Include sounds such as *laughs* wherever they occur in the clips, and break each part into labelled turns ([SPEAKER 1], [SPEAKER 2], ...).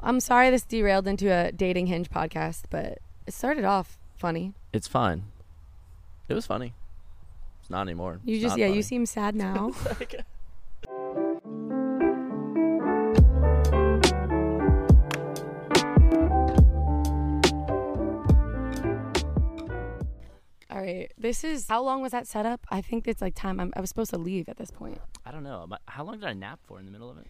[SPEAKER 1] I'm sorry this derailed into a dating hinge podcast, but it started off funny.
[SPEAKER 2] It's fine. It was funny. It's not anymore.
[SPEAKER 1] You
[SPEAKER 2] It's
[SPEAKER 1] just
[SPEAKER 2] not
[SPEAKER 1] yeah, you
[SPEAKER 2] funny. uh,
[SPEAKER 1] seem sad
[SPEAKER 2] *laughs*
[SPEAKER 1] now. *laughs* All right. This is how long was that setup? I think it's like time. I'm, I was supposed to leave at this point.
[SPEAKER 2] I don't know. Am I- How long did I nap for in the middle of it?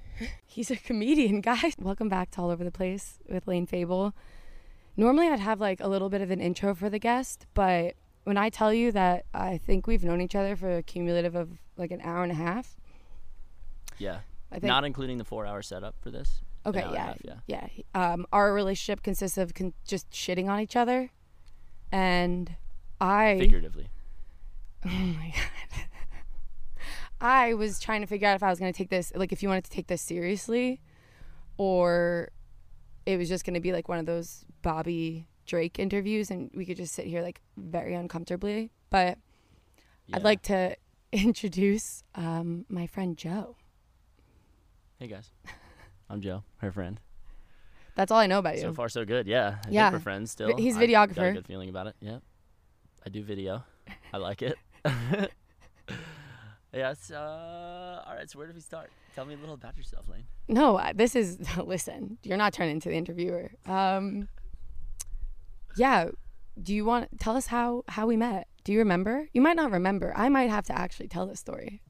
[SPEAKER 1] He's a comedian, *laughs* guys. Welcome back to All Over the Place with Lane Fable. Normally, I'd have like a little bit of an intro for the guest, but when I tell you that I think we've known each other for a cumulative of like an hour and a half,
[SPEAKER 2] Yeah.
[SPEAKER 1] I think.
[SPEAKER 2] Not including the four hour setup for this. An
[SPEAKER 1] okay,
[SPEAKER 2] hour and a
[SPEAKER 1] yeah,
[SPEAKER 2] half, yeah.
[SPEAKER 1] yeah. Um, our relationship consists of con- just shitting on each other, and I
[SPEAKER 2] Figuratively.
[SPEAKER 1] Oh my god. I was trying to figure out if I was going to take this like if you wanted to take this seriously or it was just going to be like one of those Bobby Drake interviews and we could just sit here like very uncomfortably. But
[SPEAKER 2] Yeah.
[SPEAKER 1] I'd like to *laughs* introduce um, my friend Joe.
[SPEAKER 2] Hey guys. I'm Joe, her friend.
[SPEAKER 1] That's all I know about you.
[SPEAKER 2] So far, so good. Yeah. I think
[SPEAKER 1] Yeah.
[SPEAKER 2] we're friends still.
[SPEAKER 1] he's
[SPEAKER 2] I've Got a
[SPEAKER 1] videographer.
[SPEAKER 2] good feeling about it. Yeah. I do video. I like
[SPEAKER 1] *laughs*
[SPEAKER 2] it. *laughs* yeah. So, uh, all right. So, where do we start? Tell me a little about yourself, Lane.
[SPEAKER 1] No, I- this is *laughs* listen. You're not turning into the interviewer. Um, yeah. Do you want tell us how how we met? Do you remember? You might not remember. I might have to actually tell this story.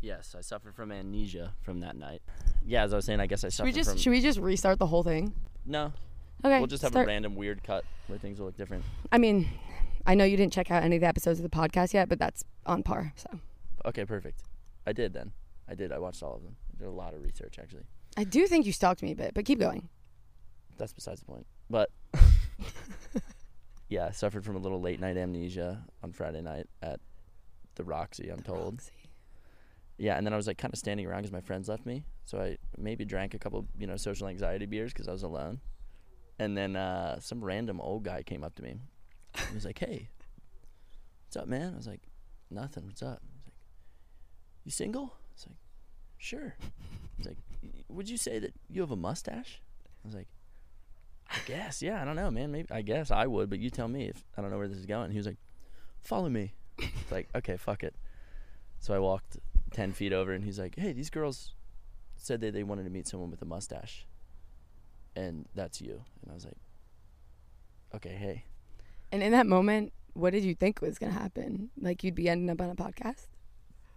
[SPEAKER 2] Yes, I suffered from amnesia from that night. Yeah, as I was saying, I guess I
[SPEAKER 1] Should
[SPEAKER 2] suffered
[SPEAKER 1] we just
[SPEAKER 2] from.
[SPEAKER 1] should we just restart the whole thing?
[SPEAKER 2] no,
[SPEAKER 1] Okay.
[SPEAKER 2] we'll just have
[SPEAKER 1] start-
[SPEAKER 2] a random weird cut where things will look different.
[SPEAKER 1] I mean, I know you didn't check out any of the episodes of the podcast yet, but that's on par. So
[SPEAKER 2] Okay, perfect. I did then. I did. I watched all of them. I did a lot of research actually.
[SPEAKER 1] I do think you stalked me a bit, but keep going.
[SPEAKER 2] That's besides the point. But *laughs* yeah, I suffered from a little late night amnesia on Friday night at the Roxy. I'm told.
[SPEAKER 1] Roxy.
[SPEAKER 2] Yeah, and then I was like kind of standing around because my friends left me, so I maybe drank a couple, you know, social anxiety beers because I was alone. And then uh, some random old guy came up to me. He was like, "Hey, what's up, man?" I was like, "Nothing. What's up?" He's like, "You single?" I was like, "Sure." He's like, "Y- "Would you say that you have a mustache?" I was like, "I guess. Yeah. I don't know, man. Maybe I guess I would, but you tell me if I don't know where this is going." He was like, "Follow me." It's like, okay, fuck it. So I walked 10 feet over and he's like, hey, these girls said that they wanted to meet someone with a mustache. And that's you. And I was like, okay, hey.
[SPEAKER 1] And in that moment, what did you think was gonna happen? Like you'd be ending up on a podcast?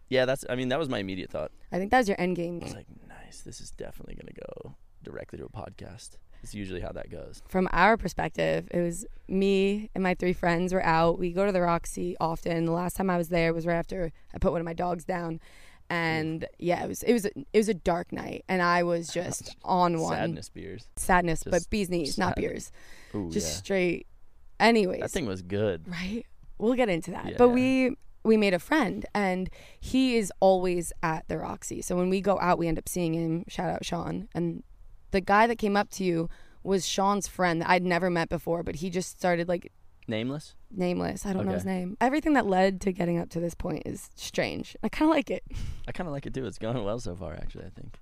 [SPEAKER 2] Yeah, that's, I mean, that was my immediate thought.
[SPEAKER 1] I think that was your end game
[SPEAKER 2] I was like, nice, this is definitely going to go directly to a podcast. It's usually how that goes.
[SPEAKER 1] from our perspective, it was me and my three friends were out. We go to the Roxy often. The last time I was there was right after I put one of my dogs down. And yeah, it was it was a, it was a dark night, and I was *laughs* just on one
[SPEAKER 2] Sadness beers.
[SPEAKER 1] Sadness, but
[SPEAKER 2] Just
[SPEAKER 1] bees knees, not
[SPEAKER 2] sadness.
[SPEAKER 1] beers,
[SPEAKER 2] Ooh,
[SPEAKER 1] just
[SPEAKER 2] yeah.
[SPEAKER 1] straight. Anyways,
[SPEAKER 2] That thing was good.
[SPEAKER 1] right? We'll get into that.
[SPEAKER 2] Yeah.
[SPEAKER 1] But we we made a friend and he is always at the Roxy. So when we go out, we end up seeing him. Shout out Sean. And the guy that came up to you was Sean's friend that I'd never met before, but he just started like
[SPEAKER 2] Nameless?
[SPEAKER 1] nameless. I don't know his
[SPEAKER 2] Okay.
[SPEAKER 1] name. Everything that led to getting up to this point is strange. I kind of like it.
[SPEAKER 2] I kind of like it too. It's going well so far, actually, I think.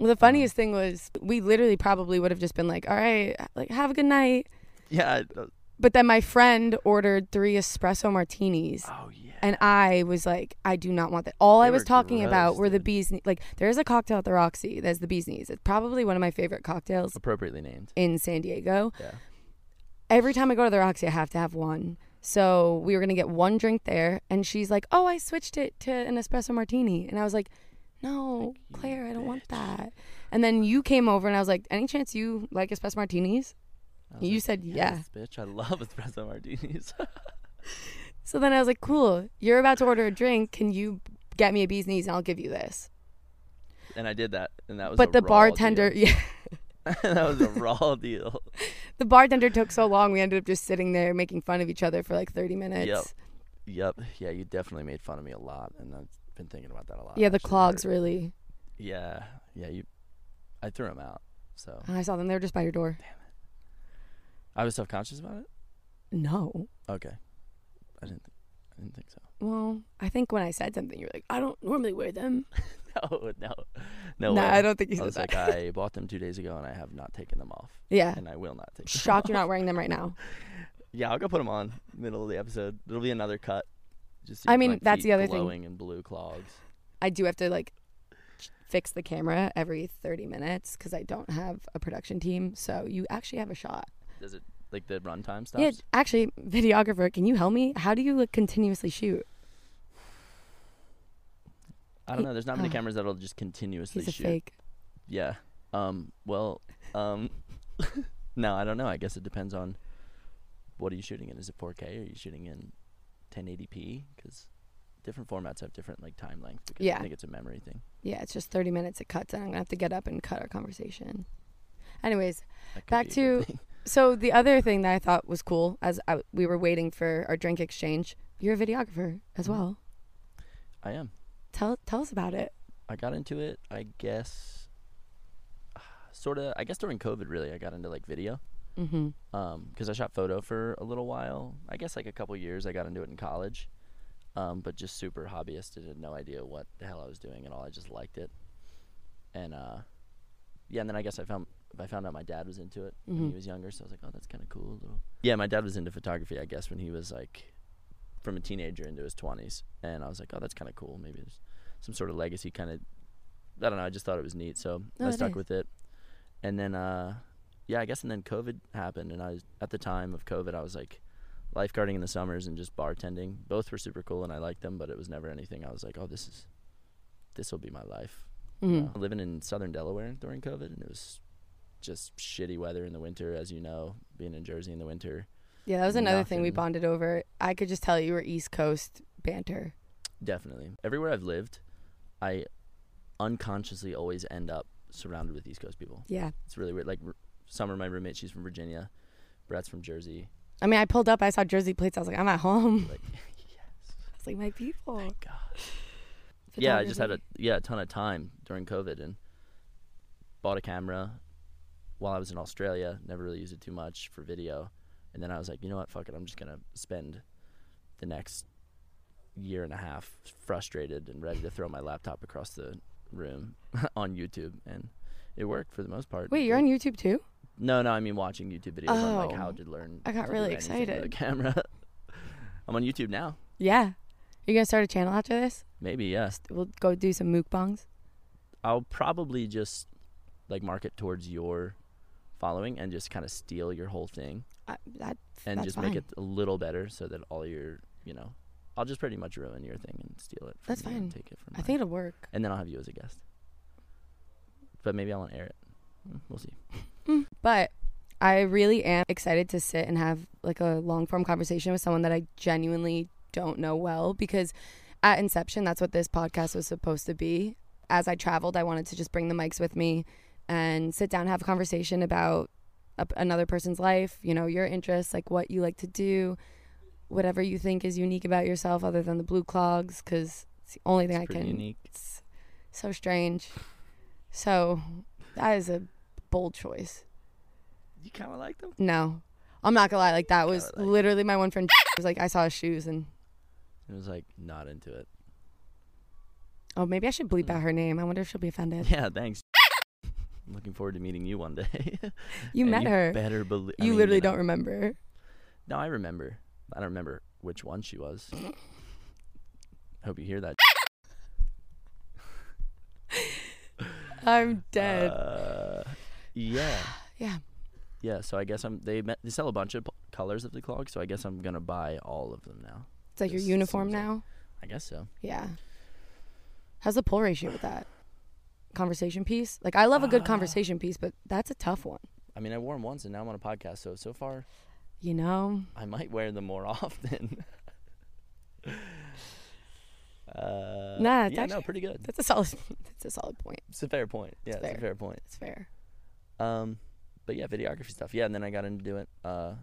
[SPEAKER 1] Well,
[SPEAKER 2] Uh-huh.
[SPEAKER 1] the funniest thing was we literally probably would have just been like, "All right, like have a good night."
[SPEAKER 2] Yeah.
[SPEAKER 1] uh,
[SPEAKER 2] I,
[SPEAKER 1] But then my friend ordered three espresso martinis.
[SPEAKER 2] oh, yeah.
[SPEAKER 1] And I was like, I do not want that. All I
[SPEAKER 2] They
[SPEAKER 1] was
[SPEAKER 2] were
[SPEAKER 1] talking
[SPEAKER 2] gross,
[SPEAKER 1] about were the
[SPEAKER 2] dude.
[SPEAKER 1] bees. Like, there is a cocktail at the Roxy. That's the bees knees. It's probably one of my favorite cocktails
[SPEAKER 2] Appropriately named.
[SPEAKER 1] in San Diego.
[SPEAKER 2] Yeah.
[SPEAKER 1] Every time I go to the Roxy, I have to have one. So we were gonna get one drink there, and she's like, "Oh, I switched it to an espresso martini," and I was like, "No,
[SPEAKER 2] Like, you
[SPEAKER 1] Claire, I don't want
[SPEAKER 2] bitch.
[SPEAKER 1] that." And then you came over, and I was like, "Any chance you like espresso martinis?"
[SPEAKER 2] I was
[SPEAKER 1] You
[SPEAKER 2] like,
[SPEAKER 1] said yeah.
[SPEAKER 2] "Yes, Bitch, I love *laughs* espresso martinis. *laughs*
[SPEAKER 1] So then I was like, "Cool, you're about to order a drink. Can you get me a bees knees, and I'll give you this?"
[SPEAKER 2] and I did that, and that was. a
[SPEAKER 1] But the
[SPEAKER 2] raw
[SPEAKER 1] bartender, *laughs*
[SPEAKER 2] deal.
[SPEAKER 1] yeah.
[SPEAKER 2] *laughs* that was a raw deal.
[SPEAKER 1] The bartender took so long, we ended up just sitting there making fun of each other for like 30 minutes.
[SPEAKER 2] Yep. Yep. Yeah, you definitely made fun of me a lot, and I've been thinking about that a lot.
[SPEAKER 1] Yeah, the
[SPEAKER 2] actually,
[SPEAKER 1] clogs
[SPEAKER 2] where-
[SPEAKER 1] really.
[SPEAKER 2] Yeah, yeah. You, I threw them out. So
[SPEAKER 1] I saw them. They were just by your door.
[SPEAKER 2] I was self conscious about it.
[SPEAKER 1] No.
[SPEAKER 2] Okay. I didn't. Th- I didn't think so. *laughs*
[SPEAKER 1] Well, I think when I said something, you were like, I don't normally wear them.
[SPEAKER 2] no, no, no.
[SPEAKER 1] Nah,
[SPEAKER 2] way.
[SPEAKER 1] I don't think he
[SPEAKER 2] I
[SPEAKER 1] said
[SPEAKER 2] was
[SPEAKER 1] that. *laughs*
[SPEAKER 2] like, I bought them two days ago, and I have not taken them off,
[SPEAKER 1] yeah.
[SPEAKER 2] and *laughs* I will not take. Them
[SPEAKER 1] Shocked
[SPEAKER 2] off. *laughs*
[SPEAKER 1] you're not wearing them right now.
[SPEAKER 2] Yeah, I'll go put them on middle of the episode. There'll be another cut. Just so
[SPEAKER 1] I
[SPEAKER 2] you can,
[SPEAKER 1] mean,
[SPEAKER 2] like,
[SPEAKER 1] that's
[SPEAKER 2] feet
[SPEAKER 1] the other thing.
[SPEAKER 2] glowing and blue clogs.
[SPEAKER 1] I do have to like fix the camera every 30 minutes because I don't have a production team. So you actually have a shot.
[SPEAKER 2] Does it like the runtime stops?
[SPEAKER 1] Yeah, actually, videographer, can you help me? How do you like continuously shoot?
[SPEAKER 2] I don't know. There's
[SPEAKER 1] *sighs*
[SPEAKER 2] not many
[SPEAKER 1] Ah.
[SPEAKER 2] cameras that'll just continuously
[SPEAKER 1] He's a
[SPEAKER 2] shoot.
[SPEAKER 1] fake.
[SPEAKER 2] Yeah. Um. Well. Um. *laughs* no, I don't know. I guess it depends on what are you shooting in. Is it 4K? Are you shooting in 1080p? Because different formats have different like time length. Because
[SPEAKER 1] Yeah.
[SPEAKER 2] I think it's a memory thing.
[SPEAKER 1] Yeah, it's just 30 minutes. It cuts, and I'm gonna have to get up and cut our conversation. Anyways,
[SPEAKER 2] That could
[SPEAKER 1] Back
[SPEAKER 2] be a good
[SPEAKER 1] to-
[SPEAKER 2] thing. *laughs*
[SPEAKER 1] so the other thing that I thought was cool as I, we were waiting for our drink exchange, you're a videographer as
[SPEAKER 2] Mhm.
[SPEAKER 1] well.
[SPEAKER 2] I am.
[SPEAKER 1] Tell tell us about it.
[SPEAKER 2] I got into it. I guess. *sighs* Sort of. I guess during COVID, really, I got into like video.
[SPEAKER 1] Mm-hmm.
[SPEAKER 2] Um, 'cause because I shot photo for a little while. I guess like a couple years. I got into it in college, um, but just super hobbyist. I had no idea what the hell I was doing at all. I just liked it, and uh, yeah. And then I guess I found I found out my dad was into it when
[SPEAKER 1] Mhm.
[SPEAKER 2] he was younger. So I was like, oh, that's kind of cool. Little. Yeah, my dad was into photography. I guess when he was like from a teenager into his twenties, and I was like, oh, that's kind of cool. Maybe there's some sort of legacy kind of. I don't know. I just thought it was neat, so
[SPEAKER 1] Oh,
[SPEAKER 2] I
[SPEAKER 1] it
[SPEAKER 2] stuck
[SPEAKER 1] is.
[SPEAKER 2] with it. And then uh, yeah, I guess. And then COVID happened, and I was at the time of COVID, I was like lifeguarding in the summers and just bartending. Both were super cool, and I liked them, but it was never anything. I was like, oh, this is this will be my life. you
[SPEAKER 1] Mm-hmm.
[SPEAKER 2] know? Living in southern Delaware during COVID, and it was just shitty weather in the winter, as you know, being in Jersey in the winter.
[SPEAKER 1] Yeah, that was another thing we
[SPEAKER 2] Nothing.
[SPEAKER 1] bonded over. I could just tell you were East Coast banter.
[SPEAKER 2] Definitely, everywhere I've lived, I unconsciously always end up surrounded with East Coast people.
[SPEAKER 1] Yeah.
[SPEAKER 2] It's really weird. Like r- Summer, my roommate, she's from Virginia. Brett's from Jersey.
[SPEAKER 1] I mean, I pulled up, I saw Jersey plates. I was like, I'm at home. *laughs*
[SPEAKER 2] Like,
[SPEAKER 1] I was like, my people.
[SPEAKER 2] God. yeah, I just had a yeah a ton of time during COVID and bought a camera while I was in Australia. Never really used it too much for video, and then I was like, you know what, fuck it, I'm just gonna spend the next year and a half frustrated and ready to throw my laptop across the room *laughs* on YouTube, and it worked for the most part.
[SPEAKER 1] Wait, you're on YouTube too?
[SPEAKER 2] No, no, I mean watching YouTube videos on like how
[SPEAKER 1] Oh.
[SPEAKER 2] to learn.
[SPEAKER 1] I got
[SPEAKER 2] to do
[SPEAKER 1] really
[SPEAKER 2] anything with
[SPEAKER 1] excited.
[SPEAKER 2] A camera. *laughs* I'm on YouTube now.
[SPEAKER 1] Yeah. You gonna start a channel after this?
[SPEAKER 2] Maybe yes.
[SPEAKER 1] We'll go do some mukbangs.
[SPEAKER 2] I'll probably just like market towards your following and just kind of steal your whole thing
[SPEAKER 1] I, that,
[SPEAKER 2] and
[SPEAKER 1] that's
[SPEAKER 2] just
[SPEAKER 1] fine.
[SPEAKER 2] make it a little better so that all your, you know, I'll just pretty much ruin your thing and steal it. From
[SPEAKER 1] That's
[SPEAKER 2] you and
[SPEAKER 1] fine.
[SPEAKER 2] Take it from.
[SPEAKER 1] I think it'll work.
[SPEAKER 2] and then I'll have you as a guest. But maybe I won't air it. Mm, We'll see.
[SPEAKER 1] But I really am excited to sit and have like a long form conversation with someone that I genuinely don't know well because at inception that's what this podcast was supposed to be. As I traveled, I wanted to just bring the mics with me and sit down have a conversation about a, another person's life, you know, your interests, like what you like to do, whatever you think is unique about yourself other than the blue clogs cuz it's the only thing
[SPEAKER 2] It's
[SPEAKER 1] I
[SPEAKER 2] pretty
[SPEAKER 1] can
[SPEAKER 2] unique.
[SPEAKER 1] it's so strange. So that is a bold choice.
[SPEAKER 2] You kind of like them.
[SPEAKER 1] No, I'm not gonna lie. Like that was
[SPEAKER 2] Kinda like-
[SPEAKER 1] literally my one friend was like, I saw his shoes and
[SPEAKER 2] It was like not into it.
[SPEAKER 1] oh, maybe I should bleep
[SPEAKER 2] Hmm.
[SPEAKER 1] out her name. I wonder if she'll be
[SPEAKER 2] *laughs*
[SPEAKER 1] offended.
[SPEAKER 2] Yeah, thanks. I'm looking forward to meeting you one day.
[SPEAKER 1] You
[SPEAKER 2] *laughs* And
[SPEAKER 1] met her.
[SPEAKER 2] Better believe.
[SPEAKER 1] you literally don't remember.
[SPEAKER 2] No, I remember. I don't remember which one
[SPEAKER 1] *laughs*
[SPEAKER 2] she was. Hope you hear that.
[SPEAKER 1] I'm dead. *sighs*
[SPEAKER 2] Uh, yeah,
[SPEAKER 1] yeah.
[SPEAKER 2] yeah. So I guess I'm. They met, they sell a bunch of p- colors of the clog. So I guess I'm gonna buy all of them now.
[SPEAKER 1] It's like your
[SPEAKER 2] this
[SPEAKER 1] uniform
[SPEAKER 2] seems like-
[SPEAKER 1] now.
[SPEAKER 2] I guess so.
[SPEAKER 1] Yeah. How's the poll ratio with that? Conversation piece. Like I love a good
[SPEAKER 2] Ah.
[SPEAKER 1] conversation piece, but that's a tough one.
[SPEAKER 2] I mean, I wore them once, and now I'm on a podcast. So so far,
[SPEAKER 1] You know.
[SPEAKER 2] I might wear them more *laughs* often. uh,
[SPEAKER 1] Nah, it's
[SPEAKER 2] yeah, no,
[SPEAKER 1] actually-
[SPEAKER 2] pretty good.
[SPEAKER 1] That's a solid. *laughs* That's a solid point.
[SPEAKER 2] It's a fair point. Yeah, it's
[SPEAKER 1] fair.
[SPEAKER 2] a fair point.
[SPEAKER 1] That's fair.
[SPEAKER 2] Um, but yeah, videography stuff. Yeah, and then I got into doing uh,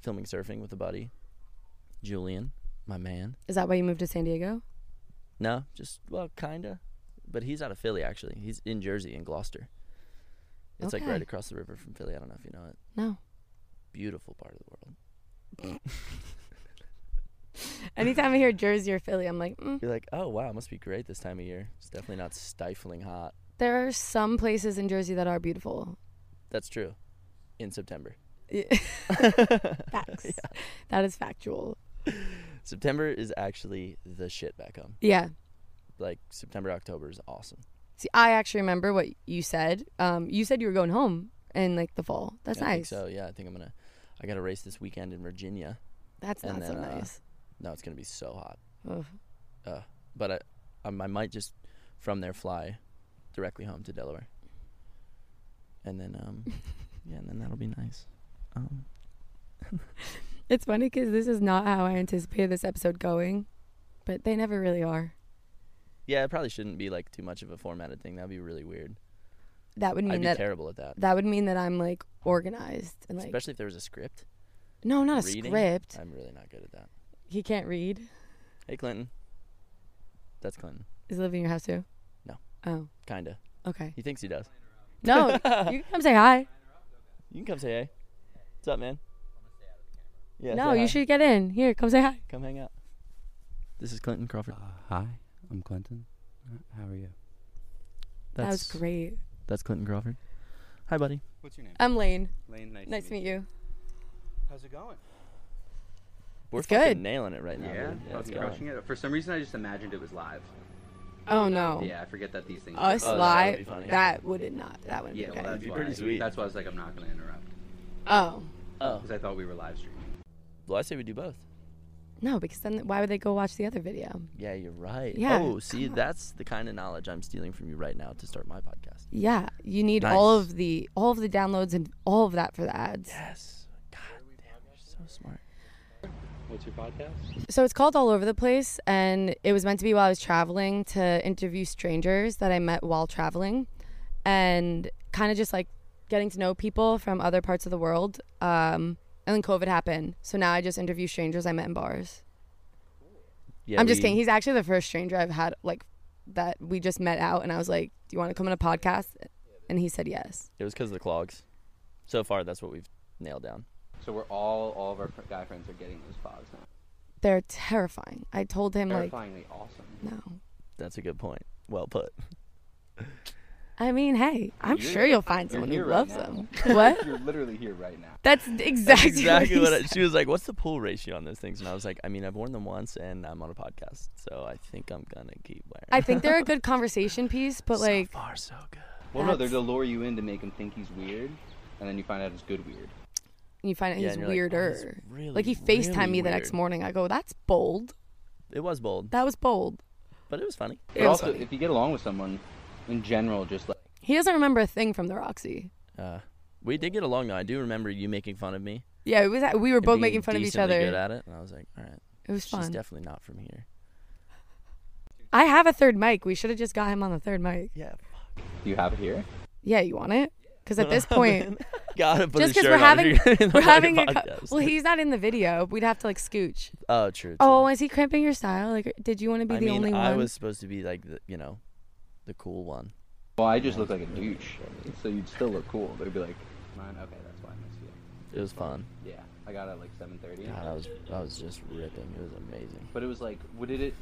[SPEAKER 2] filming surfing with a buddy, Julian, my man.
[SPEAKER 1] Is that why you moved to San Diego?
[SPEAKER 2] No, just well, kinda, but he's out of Philly actually. He's in Jersey, in Gloucester. It's like
[SPEAKER 1] Okay.
[SPEAKER 2] right across the river from Philly. I don't know if you know it.
[SPEAKER 1] No.
[SPEAKER 2] Beautiful part of the world.
[SPEAKER 1] Anytime I hear Jersey or Philly, I'm like, mm.
[SPEAKER 2] You're like, oh wow, it must be great this time of year. It's definitely not stifling hot.
[SPEAKER 1] there are some places in Jersey that are beautiful. *laughs*
[SPEAKER 2] That's true. In September. *laughs*
[SPEAKER 1] Yeah. *laughs* Facts. That is factual.
[SPEAKER 2] September is actually the shit back home.
[SPEAKER 1] Yeah.
[SPEAKER 2] Like September, October is awesome.
[SPEAKER 1] See, I actually remember what you said. Um, you said you were going home in like the fall. That's
[SPEAKER 2] I
[SPEAKER 1] nice.
[SPEAKER 2] Think so yeah, I think I'm gonna. I got a race this weekend in Virginia.
[SPEAKER 1] That's
[SPEAKER 2] And
[SPEAKER 1] not so
[SPEAKER 2] then, uh,
[SPEAKER 1] nice.
[SPEAKER 2] No, it's gonna be so hot.
[SPEAKER 1] Ugh.
[SPEAKER 2] Uh, but I, um, I might just from there fly directly home to Delaware. And then
[SPEAKER 1] *laughs*
[SPEAKER 2] um, yeah, and then that'll be nice. Um,
[SPEAKER 1] It's funny because this is not how I anticipated this episode going, but they never really are.
[SPEAKER 2] yeah, it probably shouldn't be like too much of a formatted thing. That'd be really weird.
[SPEAKER 1] That would
[SPEAKER 2] I
[SPEAKER 1] mean
[SPEAKER 2] would be
[SPEAKER 1] that
[SPEAKER 2] terrible at that.
[SPEAKER 1] that would mean that I'm like organized and like
[SPEAKER 2] Especially if there was a script.
[SPEAKER 1] no, not a
[SPEAKER 2] reading. Uh,
[SPEAKER 1] script.
[SPEAKER 2] I'm really not good at that.
[SPEAKER 1] He can't read.
[SPEAKER 2] Hey, Clinton. That's Clinton.
[SPEAKER 1] Is he living in your house too?
[SPEAKER 2] No.
[SPEAKER 1] Oh,
[SPEAKER 2] Kinda.
[SPEAKER 1] okay.
[SPEAKER 2] He thinks he does.
[SPEAKER 1] No,
[SPEAKER 2] *laughs*
[SPEAKER 1] you can come say hi.
[SPEAKER 2] You can come say hey. What's up, man? Yeah.
[SPEAKER 1] no,
[SPEAKER 2] say
[SPEAKER 1] you
[SPEAKER 2] hi.
[SPEAKER 1] should get in. Here, come say hi.
[SPEAKER 2] come hang out. This is Clinton Crawford.
[SPEAKER 3] Uh, hi, I'm Clinton. H- How are you?
[SPEAKER 1] that was great.
[SPEAKER 2] That's Clinton Crawford. Hi, buddy.
[SPEAKER 3] What's your name?
[SPEAKER 1] I'm Lane.
[SPEAKER 3] Lane.
[SPEAKER 1] Uh, Nice to meet you.
[SPEAKER 3] How's it going?
[SPEAKER 2] We're
[SPEAKER 1] It's
[SPEAKER 2] fucking
[SPEAKER 1] good.
[SPEAKER 2] nailing it right now.
[SPEAKER 3] Yeah,
[SPEAKER 2] dude.
[SPEAKER 3] I
[SPEAKER 2] it's
[SPEAKER 3] was crushing it. For some reason, I just imagined it was live.
[SPEAKER 1] Oh no.
[SPEAKER 3] Yeah, I forget that these things. are
[SPEAKER 1] Us
[SPEAKER 2] Oh, that would
[SPEAKER 1] live.
[SPEAKER 2] be funny.
[SPEAKER 1] That would it not. That would
[SPEAKER 3] Yeah,
[SPEAKER 1] be
[SPEAKER 3] well,
[SPEAKER 1] okay.
[SPEAKER 3] that's
[SPEAKER 2] be
[SPEAKER 3] why.
[SPEAKER 2] pretty sweet.
[SPEAKER 3] That's why I was like, I'm not gonna interrupt
[SPEAKER 1] Oh
[SPEAKER 2] Oh,
[SPEAKER 3] because I thought we were live streaming.
[SPEAKER 2] well, I say we do both.
[SPEAKER 1] no, because then why would they go watch the other video?
[SPEAKER 2] Yeah, you're right.
[SPEAKER 1] Yeah,
[SPEAKER 2] Oh, see,
[SPEAKER 1] come on.
[SPEAKER 2] that's the kind of knowledge I'm stealing from you right now to start my podcast.
[SPEAKER 1] Yeah, you need all
[SPEAKER 2] Nice.
[SPEAKER 1] of the all of the downloads and all of that for the ads.
[SPEAKER 2] Yes. God damn, you're so smart.
[SPEAKER 3] What's your podcast?
[SPEAKER 1] So it's called All Over the Place, and it was meant to be while I was traveling to interview strangers that I met while traveling, and kind of just like getting to know people from other parts of the world. Um, and then COVID happened, so now I just interview strangers I met in bars.
[SPEAKER 2] Yeah,
[SPEAKER 1] I'm just
[SPEAKER 2] we-
[SPEAKER 1] kidding. He's actually the first stranger I've had like that we just met out, and I was like, "Do you want to come on a podcast?" And he said yes.
[SPEAKER 2] It was because of the clogs. So far, that's what we've nailed down.
[SPEAKER 3] So we're all, all of our fr- guy friends are getting those pods now.
[SPEAKER 1] They're terrifying. I told him
[SPEAKER 3] Terrifyingly awesome.
[SPEAKER 1] like, "No."
[SPEAKER 2] That's a good point.
[SPEAKER 1] *laughs*
[SPEAKER 2] Well put.
[SPEAKER 1] I mean, hey, I'm
[SPEAKER 3] You're-
[SPEAKER 1] sure you'll find
[SPEAKER 3] you're
[SPEAKER 1] someone
[SPEAKER 3] here
[SPEAKER 1] who
[SPEAKER 3] right
[SPEAKER 1] loves
[SPEAKER 3] now. *laughs*
[SPEAKER 1] them. What?
[SPEAKER 3] You're literally here right
[SPEAKER 1] *laughs*
[SPEAKER 3] now.
[SPEAKER 1] That's exactly,
[SPEAKER 2] exactly what
[SPEAKER 1] he
[SPEAKER 2] I, she was like. What's the pull ratio on those things? And I was like, I mean, I've worn them once, and I'm on a podcast, so I think I'm gonna keep wearing.
[SPEAKER 1] I think they're a good conversation piece, but
[SPEAKER 2] so
[SPEAKER 1] like,
[SPEAKER 2] far so good.
[SPEAKER 3] Well, no, they're
[SPEAKER 1] That's-
[SPEAKER 3] to lure you in to make him think he's weird, and then you find out it's good weird.
[SPEAKER 1] you find out
[SPEAKER 2] Yeah,
[SPEAKER 1] he's
[SPEAKER 2] and you're like, "Oh,
[SPEAKER 1] weirder.
[SPEAKER 2] that's really,
[SPEAKER 1] like he FaceTimed
[SPEAKER 2] really
[SPEAKER 1] me the next
[SPEAKER 2] weird."
[SPEAKER 1] morning. I go, that's bold.
[SPEAKER 2] It was bold,
[SPEAKER 1] That was bold.
[SPEAKER 2] but it was funny.
[SPEAKER 3] But
[SPEAKER 1] It was
[SPEAKER 3] also,
[SPEAKER 1] funny.
[SPEAKER 3] if you get along with someone, in general, just like
[SPEAKER 1] He doesn't remember a thing from the Roxy.
[SPEAKER 2] Uh, we did get along though. I do remember you making fun of me.
[SPEAKER 1] Yeah, it was. We were
[SPEAKER 2] and
[SPEAKER 1] both
[SPEAKER 2] being
[SPEAKER 1] making fun of each
[SPEAKER 2] decently Good
[SPEAKER 1] other.
[SPEAKER 2] at it, and I was like, all right,
[SPEAKER 1] It was
[SPEAKER 2] she's
[SPEAKER 1] fun.
[SPEAKER 2] definitely not from here.
[SPEAKER 1] I have a third mic. We should have just got him on the third mic.
[SPEAKER 2] Yeah,
[SPEAKER 3] do you have it here.
[SPEAKER 1] Yeah, you want it? Because at
[SPEAKER 2] *laughs*
[SPEAKER 1] this point,
[SPEAKER 2] gotta put
[SPEAKER 1] just because
[SPEAKER 2] a shirt
[SPEAKER 1] we're
[SPEAKER 2] on
[SPEAKER 1] having
[SPEAKER 2] if *laughs* you're gonna be
[SPEAKER 1] we're
[SPEAKER 2] on
[SPEAKER 1] having
[SPEAKER 2] a
[SPEAKER 1] a co-
[SPEAKER 2] podcast.
[SPEAKER 1] well, he's not in the video. We'd have to like scooch.
[SPEAKER 2] oh, true. true.
[SPEAKER 1] Oh, is he crimping your style? Like, did you want to be
[SPEAKER 2] I
[SPEAKER 1] the
[SPEAKER 2] mean,
[SPEAKER 1] only
[SPEAKER 2] I
[SPEAKER 1] one?
[SPEAKER 2] was supposed to be like the, you know, the cool one.
[SPEAKER 3] Well, I just look like a douche, so you'd still look cool. They'd be like, mine. Okay, that's why I missed you.
[SPEAKER 2] It was fun.
[SPEAKER 3] Yeah, I got it at like 7:30.
[SPEAKER 2] God, I was I was just ripping. It was
[SPEAKER 1] *laughs*
[SPEAKER 2] amazing.
[SPEAKER 3] But it was like, what did
[SPEAKER 2] *laughs*
[SPEAKER 3] it?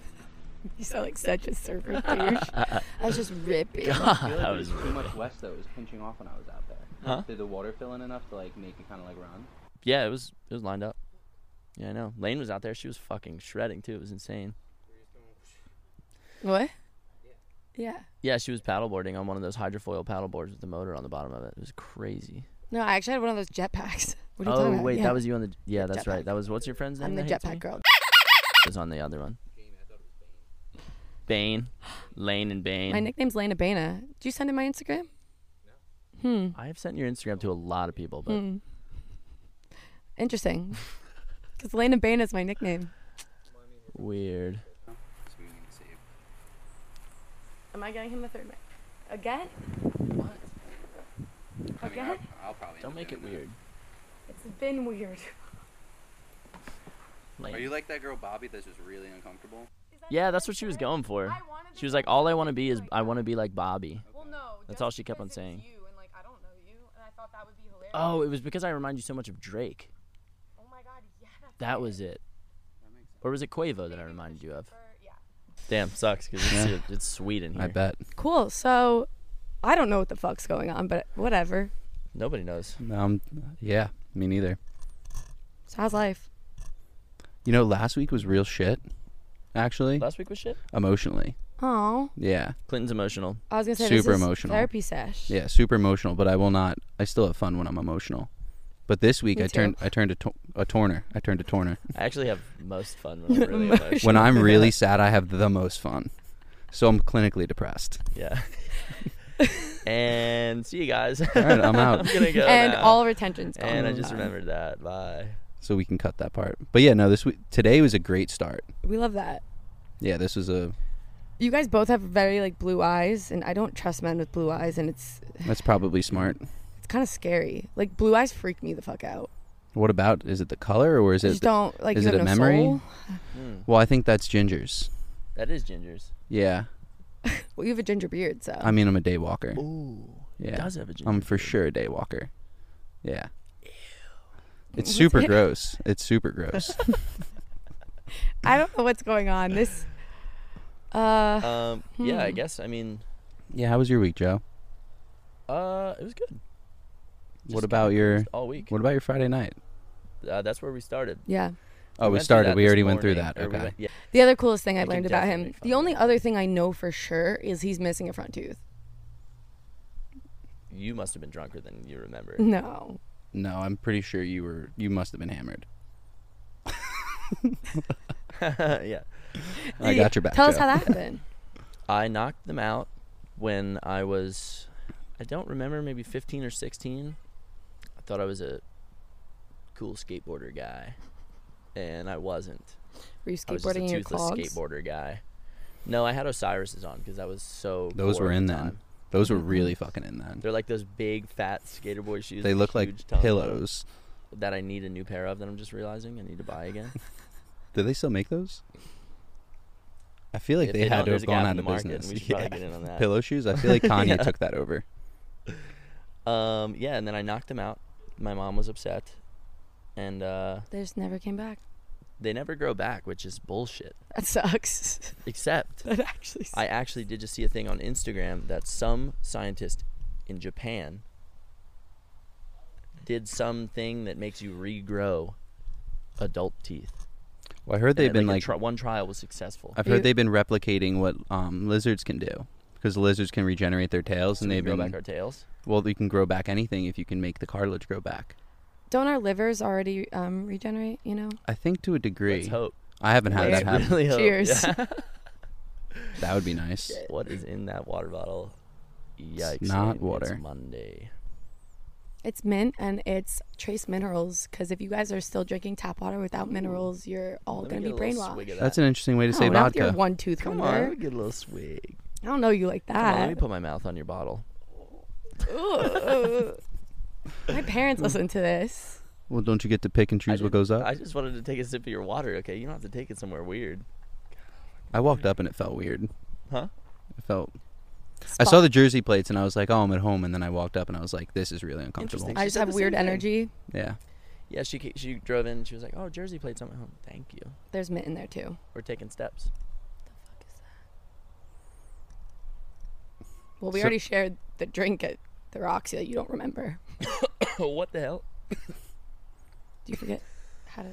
[SPEAKER 1] You sound like such a surfer douche. I was just ripping.
[SPEAKER 3] I feel
[SPEAKER 2] God,
[SPEAKER 3] like
[SPEAKER 2] I
[SPEAKER 3] it was
[SPEAKER 2] was
[SPEAKER 3] too much
[SPEAKER 2] ripping.
[SPEAKER 3] west though. It was pinching off when I was out there.
[SPEAKER 2] Huh?
[SPEAKER 3] Did the water fill in enough to like make me kind of like run?
[SPEAKER 2] Yeah, it was it was lined up. Yeah, I know. Lane was out there. She was fucking shredding too. It was insane.
[SPEAKER 1] What? Yeah.
[SPEAKER 2] Yeah, she was paddleboarding on one of those hydrofoil paddleboards with the motor on the bottom of it. It was crazy.
[SPEAKER 1] No, I actually had one of those jetpacks. What are you talking
[SPEAKER 2] Oh
[SPEAKER 1] about?
[SPEAKER 2] wait,
[SPEAKER 1] Yeah.
[SPEAKER 2] that was you on the. Yeah, that's
[SPEAKER 1] jetpack.
[SPEAKER 2] right. That was what's your friend's name?
[SPEAKER 1] I'm the
[SPEAKER 2] that hates me?
[SPEAKER 1] jetpack girl.
[SPEAKER 2] It was on the other one. Bane, Lane, and Bane.
[SPEAKER 1] My nickname's Lana Bana. Did you send in my Instagram?
[SPEAKER 2] Mm. I have sent your Instagram to a lot of people,
[SPEAKER 1] Mm.
[SPEAKER 2] but
[SPEAKER 1] Hmm. Interesting. *laughs* Because Lana Bana is my nickname.
[SPEAKER 2] weird.
[SPEAKER 1] Am I getting him the third mic? Again? What? Again?
[SPEAKER 3] I'll probably.
[SPEAKER 2] Don't make it weird.
[SPEAKER 1] It's been weird.
[SPEAKER 2] Lane.
[SPEAKER 3] like that girl Bobby that's just really uncomfortable?
[SPEAKER 2] yeah, that's what she was going for. She was like, "All I want to be is I want to be like Bobby."
[SPEAKER 1] Well, no.
[SPEAKER 2] That's
[SPEAKER 1] just
[SPEAKER 2] all she kept on
[SPEAKER 1] because it was
[SPEAKER 2] saying.
[SPEAKER 1] You and like I don't know you, and I thought that would be hilarious.
[SPEAKER 2] Oh, it was because I remind you so much of Drake.
[SPEAKER 1] Oh my God. *laughs* Yeah. That's
[SPEAKER 2] That was it.
[SPEAKER 3] That makes sense.
[SPEAKER 2] Or was it Quavo that I reminded you of? Damn, sucks because it's,
[SPEAKER 4] Yeah.
[SPEAKER 2] it's sweet in here.
[SPEAKER 4] I bet.
[SPEAKER 1] Cool. So I don't know what the fuck's going on, but whatever.
[SPEAKER 2] Nobody knows.
[SPEAKER 4] Um, yeah, me neither.
[SPEAKER 1] So how's life?
[SPEAKER 4] You know, last week was real shit. Actually,
[SPEAKER 2] Last week was shit.
[SPEAKER 4] emotionally,
[SPEAKER 1] Oh,
[SPEAKER 4] yeah,
[SPEAKER 2] Clinton's emotional.
[SPEAKER 1] I was gonna say
[SPEAKER 4] Super
[SPEAKER 1] this is
[SPEAKER 4] emotional.
[SPEAKER 1] therapy sesh.
[SPEAKER 4] yeah, super emotional. But I will not. I still have fun when I'm emotional. But this week,
[SPEAKER 1] Me
[SPEAKER 4] I
[SPEAKER 1] too.
[SPEAKER 4] turned. I turned a, to- a torner. I turned
[SPEAKER 1] *laughs*
[SPEAKER 4] a torner.
[SPEAKER 2] I actually have most fun
[SPEAKER 4] *laughs*
[SPEAKER 2] when I'm really emotional.
[SPEAKER 4] when I'm really sad, I have the most fun. So I'm clinically depressed.
[SPEAKER 1] *laughs*
[SPEAKER 2] Yeah. *laughs* and see you *laughs* guys.
[SPEAKER 4] right, I'm out.
[SPEAKER 2] I'm gonna go
[SPEAKER 1] And
[SPEAKER 2] now.
[SPEAKER 1] all retention's gone.
[SPEAKER 2] And I just
[SPEAKER 4] Bye.
[SPEAKER 2] remembered that. Bye.
[SPEAKER 4] So we can cut that part. But yeah, no, this week today was a great start.
[SPEAKER 1] we love that.
[SPEAKER 4] Yeah, this was a.
[SPEAKER 1] You guys both have very like blue eyes, and I don't trust men with blue eyes, and it's
[SPEAKER 4] That's probably smart.
[SPEAKER 1] it's kind of scary. Like blue eyes freak me the fuck out.
[SPEAKER 4] What about? Is it the color or is
[SPEAKER 1] I
[SPEAKER 4] it?
[SPEAKER 1] just don't like.
[SPEAKER 4] is
[SPEAKER 1] you
[SPEAKER 4] it
[SPEAKER 1] have
[SPEAKER 4] a
[SPEAKER 1] no
[SPEAKER 4] memory?
[SPEAKER 1] soul.
[SPEAKER 2] Hmm.
[SPEAKER 4] Well, I think that's gingers.
[SPEAKER 2] That is Ginger's.
[SPEAKER 4] Yeah,
[SPEAKER 1] Well, you have a ginger beard, so
[SPEAKER 4] I mean I'm a day walker.
[SPEAKER 2] Ooh.
[SPEAKER 4] Yeah.
[SPEAKER 2] Does have a ginger.
[SPEAKER 4] I'm for
[SPEAKER 2] beard.
[SPEAKER 4] sure a day walker. Yeah. It's
[SPEAKER 1] *laughs*
[SPEAKER 4] super gross. It's super gross.
[SPEAKER 1] I don't know what's going on. This. Uh,
[SPEAKER 2] Um. Yeah. I
[SPEAKER 1] Hmm.
[SPEAKER 2] guess. I mean.
[SPEAKER 4] yeah, how was your week, Joe?
[SPEAKER 2] Uh. It was good.
[SPEAKER 4] what
[SPEAKER 2] Just
[SPEAKER 4] about your
[SPEAKER 2] all week?
[SPEAKER 4] What about your Friday night?
[SPEAKER 2] Uh, that's where we started.
[SPEAKER 1] yeah.
[SPEAKER 4] Oh, we
[SPEAKER 2] went through
[SPEAKER 4] started.
[SPEAKER 2] that
[SPEAKER 4] We
[SPEAKER 2] this
[SPEAKER 4] already went through
[SPEAKER 2] morning,
[SPEAKER 4] that.
[SPEAKER 2] or we
[SPEAKER 4] Okay.
[SPEAKER 2] went- yeah.
[SPEAKER 1] The other coolest thing I,
[SPEAKER 2] I can
[SPEAKER 1] learned about
[SPEAKER 2] definitely
[SPEAKER 1] him.
[SPEAKER 2] find
[SPEAKER 1] The only
[SPEAKER 2] out.
[SPEAKER 1] other thing I know for sure is he's missing a front tooth.
[SPEAKER 2] You must have been drunker than you
[SPEAKER 4] *laughs*
[SPEAKER 2] remember. *laughs*
[SPEAKER 1] No.
[SPEAKER 4] No, I'm pretty sure you were you must have been hammered.
[SPEAKER 2] yeah.
[SPEAKER 4] I got your back.
[SPEAKER 1] Tell us
[SPEAKER 4] Joe.
[SPEAKER 1] how
[SPEAKER 2] *laughs*
[SPEAKER 1] that happened.
[SPEAKER 2] I knocked them out when I was, I don't remember, maybe 15 or 16. I thought I was a cool skateboarder guy, and I wasn't.
[SPEAKER 1] Were you
[SPEAKER 2] I was just a
[SPEAKER 1] skateboarding in your
[SPEAKER 2] toothless
[SPEAKER 1] clogs?
[SPEAKER 2] skateboarder guy. No, I had Osiris's on because that was so.
[SPEAKER 4] Those
[SPEAKER 2] core
[SPEAKER 4] were
[SPEAKER 2] at
[SPEAKER 4] in
[SPEAKER 2] the
[SPEAKER 4] then.
[SPEAKER 2] time.
[SPEAKER 4] Those were really fucking in then.
[SPEAKER 2] They're like those big fat skater boy shoes.
[SPEAKER 4] They
[SPEAKER 2] with
[SPEAKER 4] look
[SPEAKER 2] huge
[SPEAKER 4] like
[SPEAKER 2] tongues on 'em
[SPEAKER 4] pillows.
[SPEAKER 2] that I need a new pair of. That I'm just realizing I need to buy
[SPEAKER 4] *laughs*
[SPEAKER 2] again.
[SPEAKER 4] Do they still make those? I feel like
[SPEAKER 2] If
[SPEAKER 4] they,
[SPEAKER 2] they
[SPEAKER 4] had
[SPEAKER 2] don't,
[SPEAKER 4] to
[SPEAKER 2] there's
[SPEAKER 4] have
[SPEAKER 2] a
[SPEAKER 4] gone
[SPEAKER 2] gap
[SPEAKER 4] out
[SPEAKER 2] in
[SPEAKER 4] of
[SPEAKER 2] the market, and
[SPEAKER 4] business.
[SPEAKER 2] we
[SPEAKER 4] *laughs*
[SPEAKER 2] should probably
[SPEAKER 4] Yeah.
[SPEAKER 2] get in on that.
[SPEAKER 4] Pillow shoes.
[SPEAKER 2] *laughs*
[SPEAKER 4] I feel like Kanye
[SPEAKER 2] Yeah.
[SPEAKER 4] took that over.
[SPEAKER 2] Um, yeah, and then I knocked them out. My mom was upset, and uh,
[SPEAKER 1] They just never came back. *laughs*
[SPEAKER 2] they never grow back, which is bullshit.
[SPEAKER 1] That sucks. *laughs*
[SPEAKER 2] Except
[SPEAKER 1] that actually sucks.
[SPEAKER 2] I actually did just see a thing on Instagram that some scientist in Japan did something that makes you regrow adult teeth.
[SPEAKER 4] Well, I heard
[SPEAKER 2] And
[SPEAKER 4] they've
[SPEAKER 2] it,
[SPEAKER 4] been
[SPEAKER 2] a
[SPEAKER 4] like
[SPEAKER 2] tri- one trial was successful.
[SPEAKER 4] I've
[SPEAKER 1] You-
[SPEAKER 4] heard they've been replicating what um, lizards can do because lizards can regenerate their tails
[SPEAKER 2] So
[SPEAKER 4] and
[SPEAKER 2] we
[SPEAKER 4] they've
[SPEAKER 2] grow
[SPEAKER 4] been
[SPEAKER 2] back our tails.
[SPEAKER 4] well, you can grow back anything if you can make the cartilage grow back.
[SPEAKER 1] Don't our livers already um, regenerate, you know?
[SPEAKER 4] I think to a degree.
[SPEAKER 2] Let's hope.
[SPEAKER 4] I haven't
[SPEAKER 2] *laughs*
[SPEAKER 4] had
[SPEAKER 1] Let's
[SPEAKER 4] that happen.
[SPEAKER 2] Really hope.
[SPEAKER 1] Cheers.
[SPEAKER 2] Yeah.
[SPEAKER 4] That would
[SPEAKER 2] *laughs*
[SPEAKER 4] be nice.
[SPEAKER 2] what is in that water bottle? Yikes!
[SPEAKER 4] not
[SPEAKER 2] Lane, it's
[SPEAKER 4] water.
[SPEAKER 2] Monday.
[SPEAKER 1] It's mint and it's trace minerals because if you guys are still drinking tap water without minerals, you're all
[SPEAKER 2] Let me
[SPEAKER 1] going to
[SPEAKER 2] get
[SPEAKER 1] be
[SPEAKER 2] a little
[SPEAKER 1] brainwashed.
[SPEAKER 2] swig of
[SPEAKER 4] That's
[SPEAKER 2] that.
[SPEAKER 4] an interesting way to say
[SPEAKER 1] no, not with your
[SPEAKER 4] vodka.
[SPEAKER 1] one tooth
[SPEAKER 2] Come on,
[SPEAKER 1] wonder.
[SPEAKER 2] let me get a little swig.
[SPEAKER 1] I don't know you like
[SPEAKER 2] Come on, let me
[SPEAKER 1] that. *laughs*
[SPEAKER 2] put my mouth on your bottle. *laughs*
[SPEAKER 1] Ugh. my parents listen to this.
[SPEAKER 4] Well, don't you get to pick and
[SPEAKER 2] I
[SPEAKER 4] choose what
[SPEAKER 2] didn't-
[SPEAKER 4] goes up?
[SPEAKER 2] I
[SPEAKER 4] I,
[SPEAKER 2] just wanted to take a sip of your water, okay? You don't have to take it somewhere weird.
[SPEAKER 4] walked up and it felt weird.
[SPEAKER 2] Huh?
[SPEAKER 4] It felt. I saw the jersey plates and I was like, "Oh, I'm at home." And then I walked up and I was like, "This is really uncomfortable."
[SPEAKER 2] Interesting.
[SPEAKER 1] I
[SPEAKER 2] She
[SPEAKER 1] just
[SPEAKER 2] said
[SPEAKER 1] have
[SPEAKER 2] the
[SPEAKER 1] weird
[SPEAKER 2] same thing.
[SPEAKER 1] energy.
[SPEAKER 4] Yeah.
[SPEAKER 2] Yeah, she ca- she drove in. She was like, "Oh, Jersey played something at home. Thank you.
[SPEAKER 1] There's mint in there too.
[SPEAKER 2] We're taking steps." *laughs*
[SPEAKER 1] Well, we
[SPEAKER 4] So-
[SPEAKER 1] already shared the drink at the Roxy that you don't remember.
[SPEAKER 2] Oh, what the hell?
[SPEAKER 1] Do you forget how to?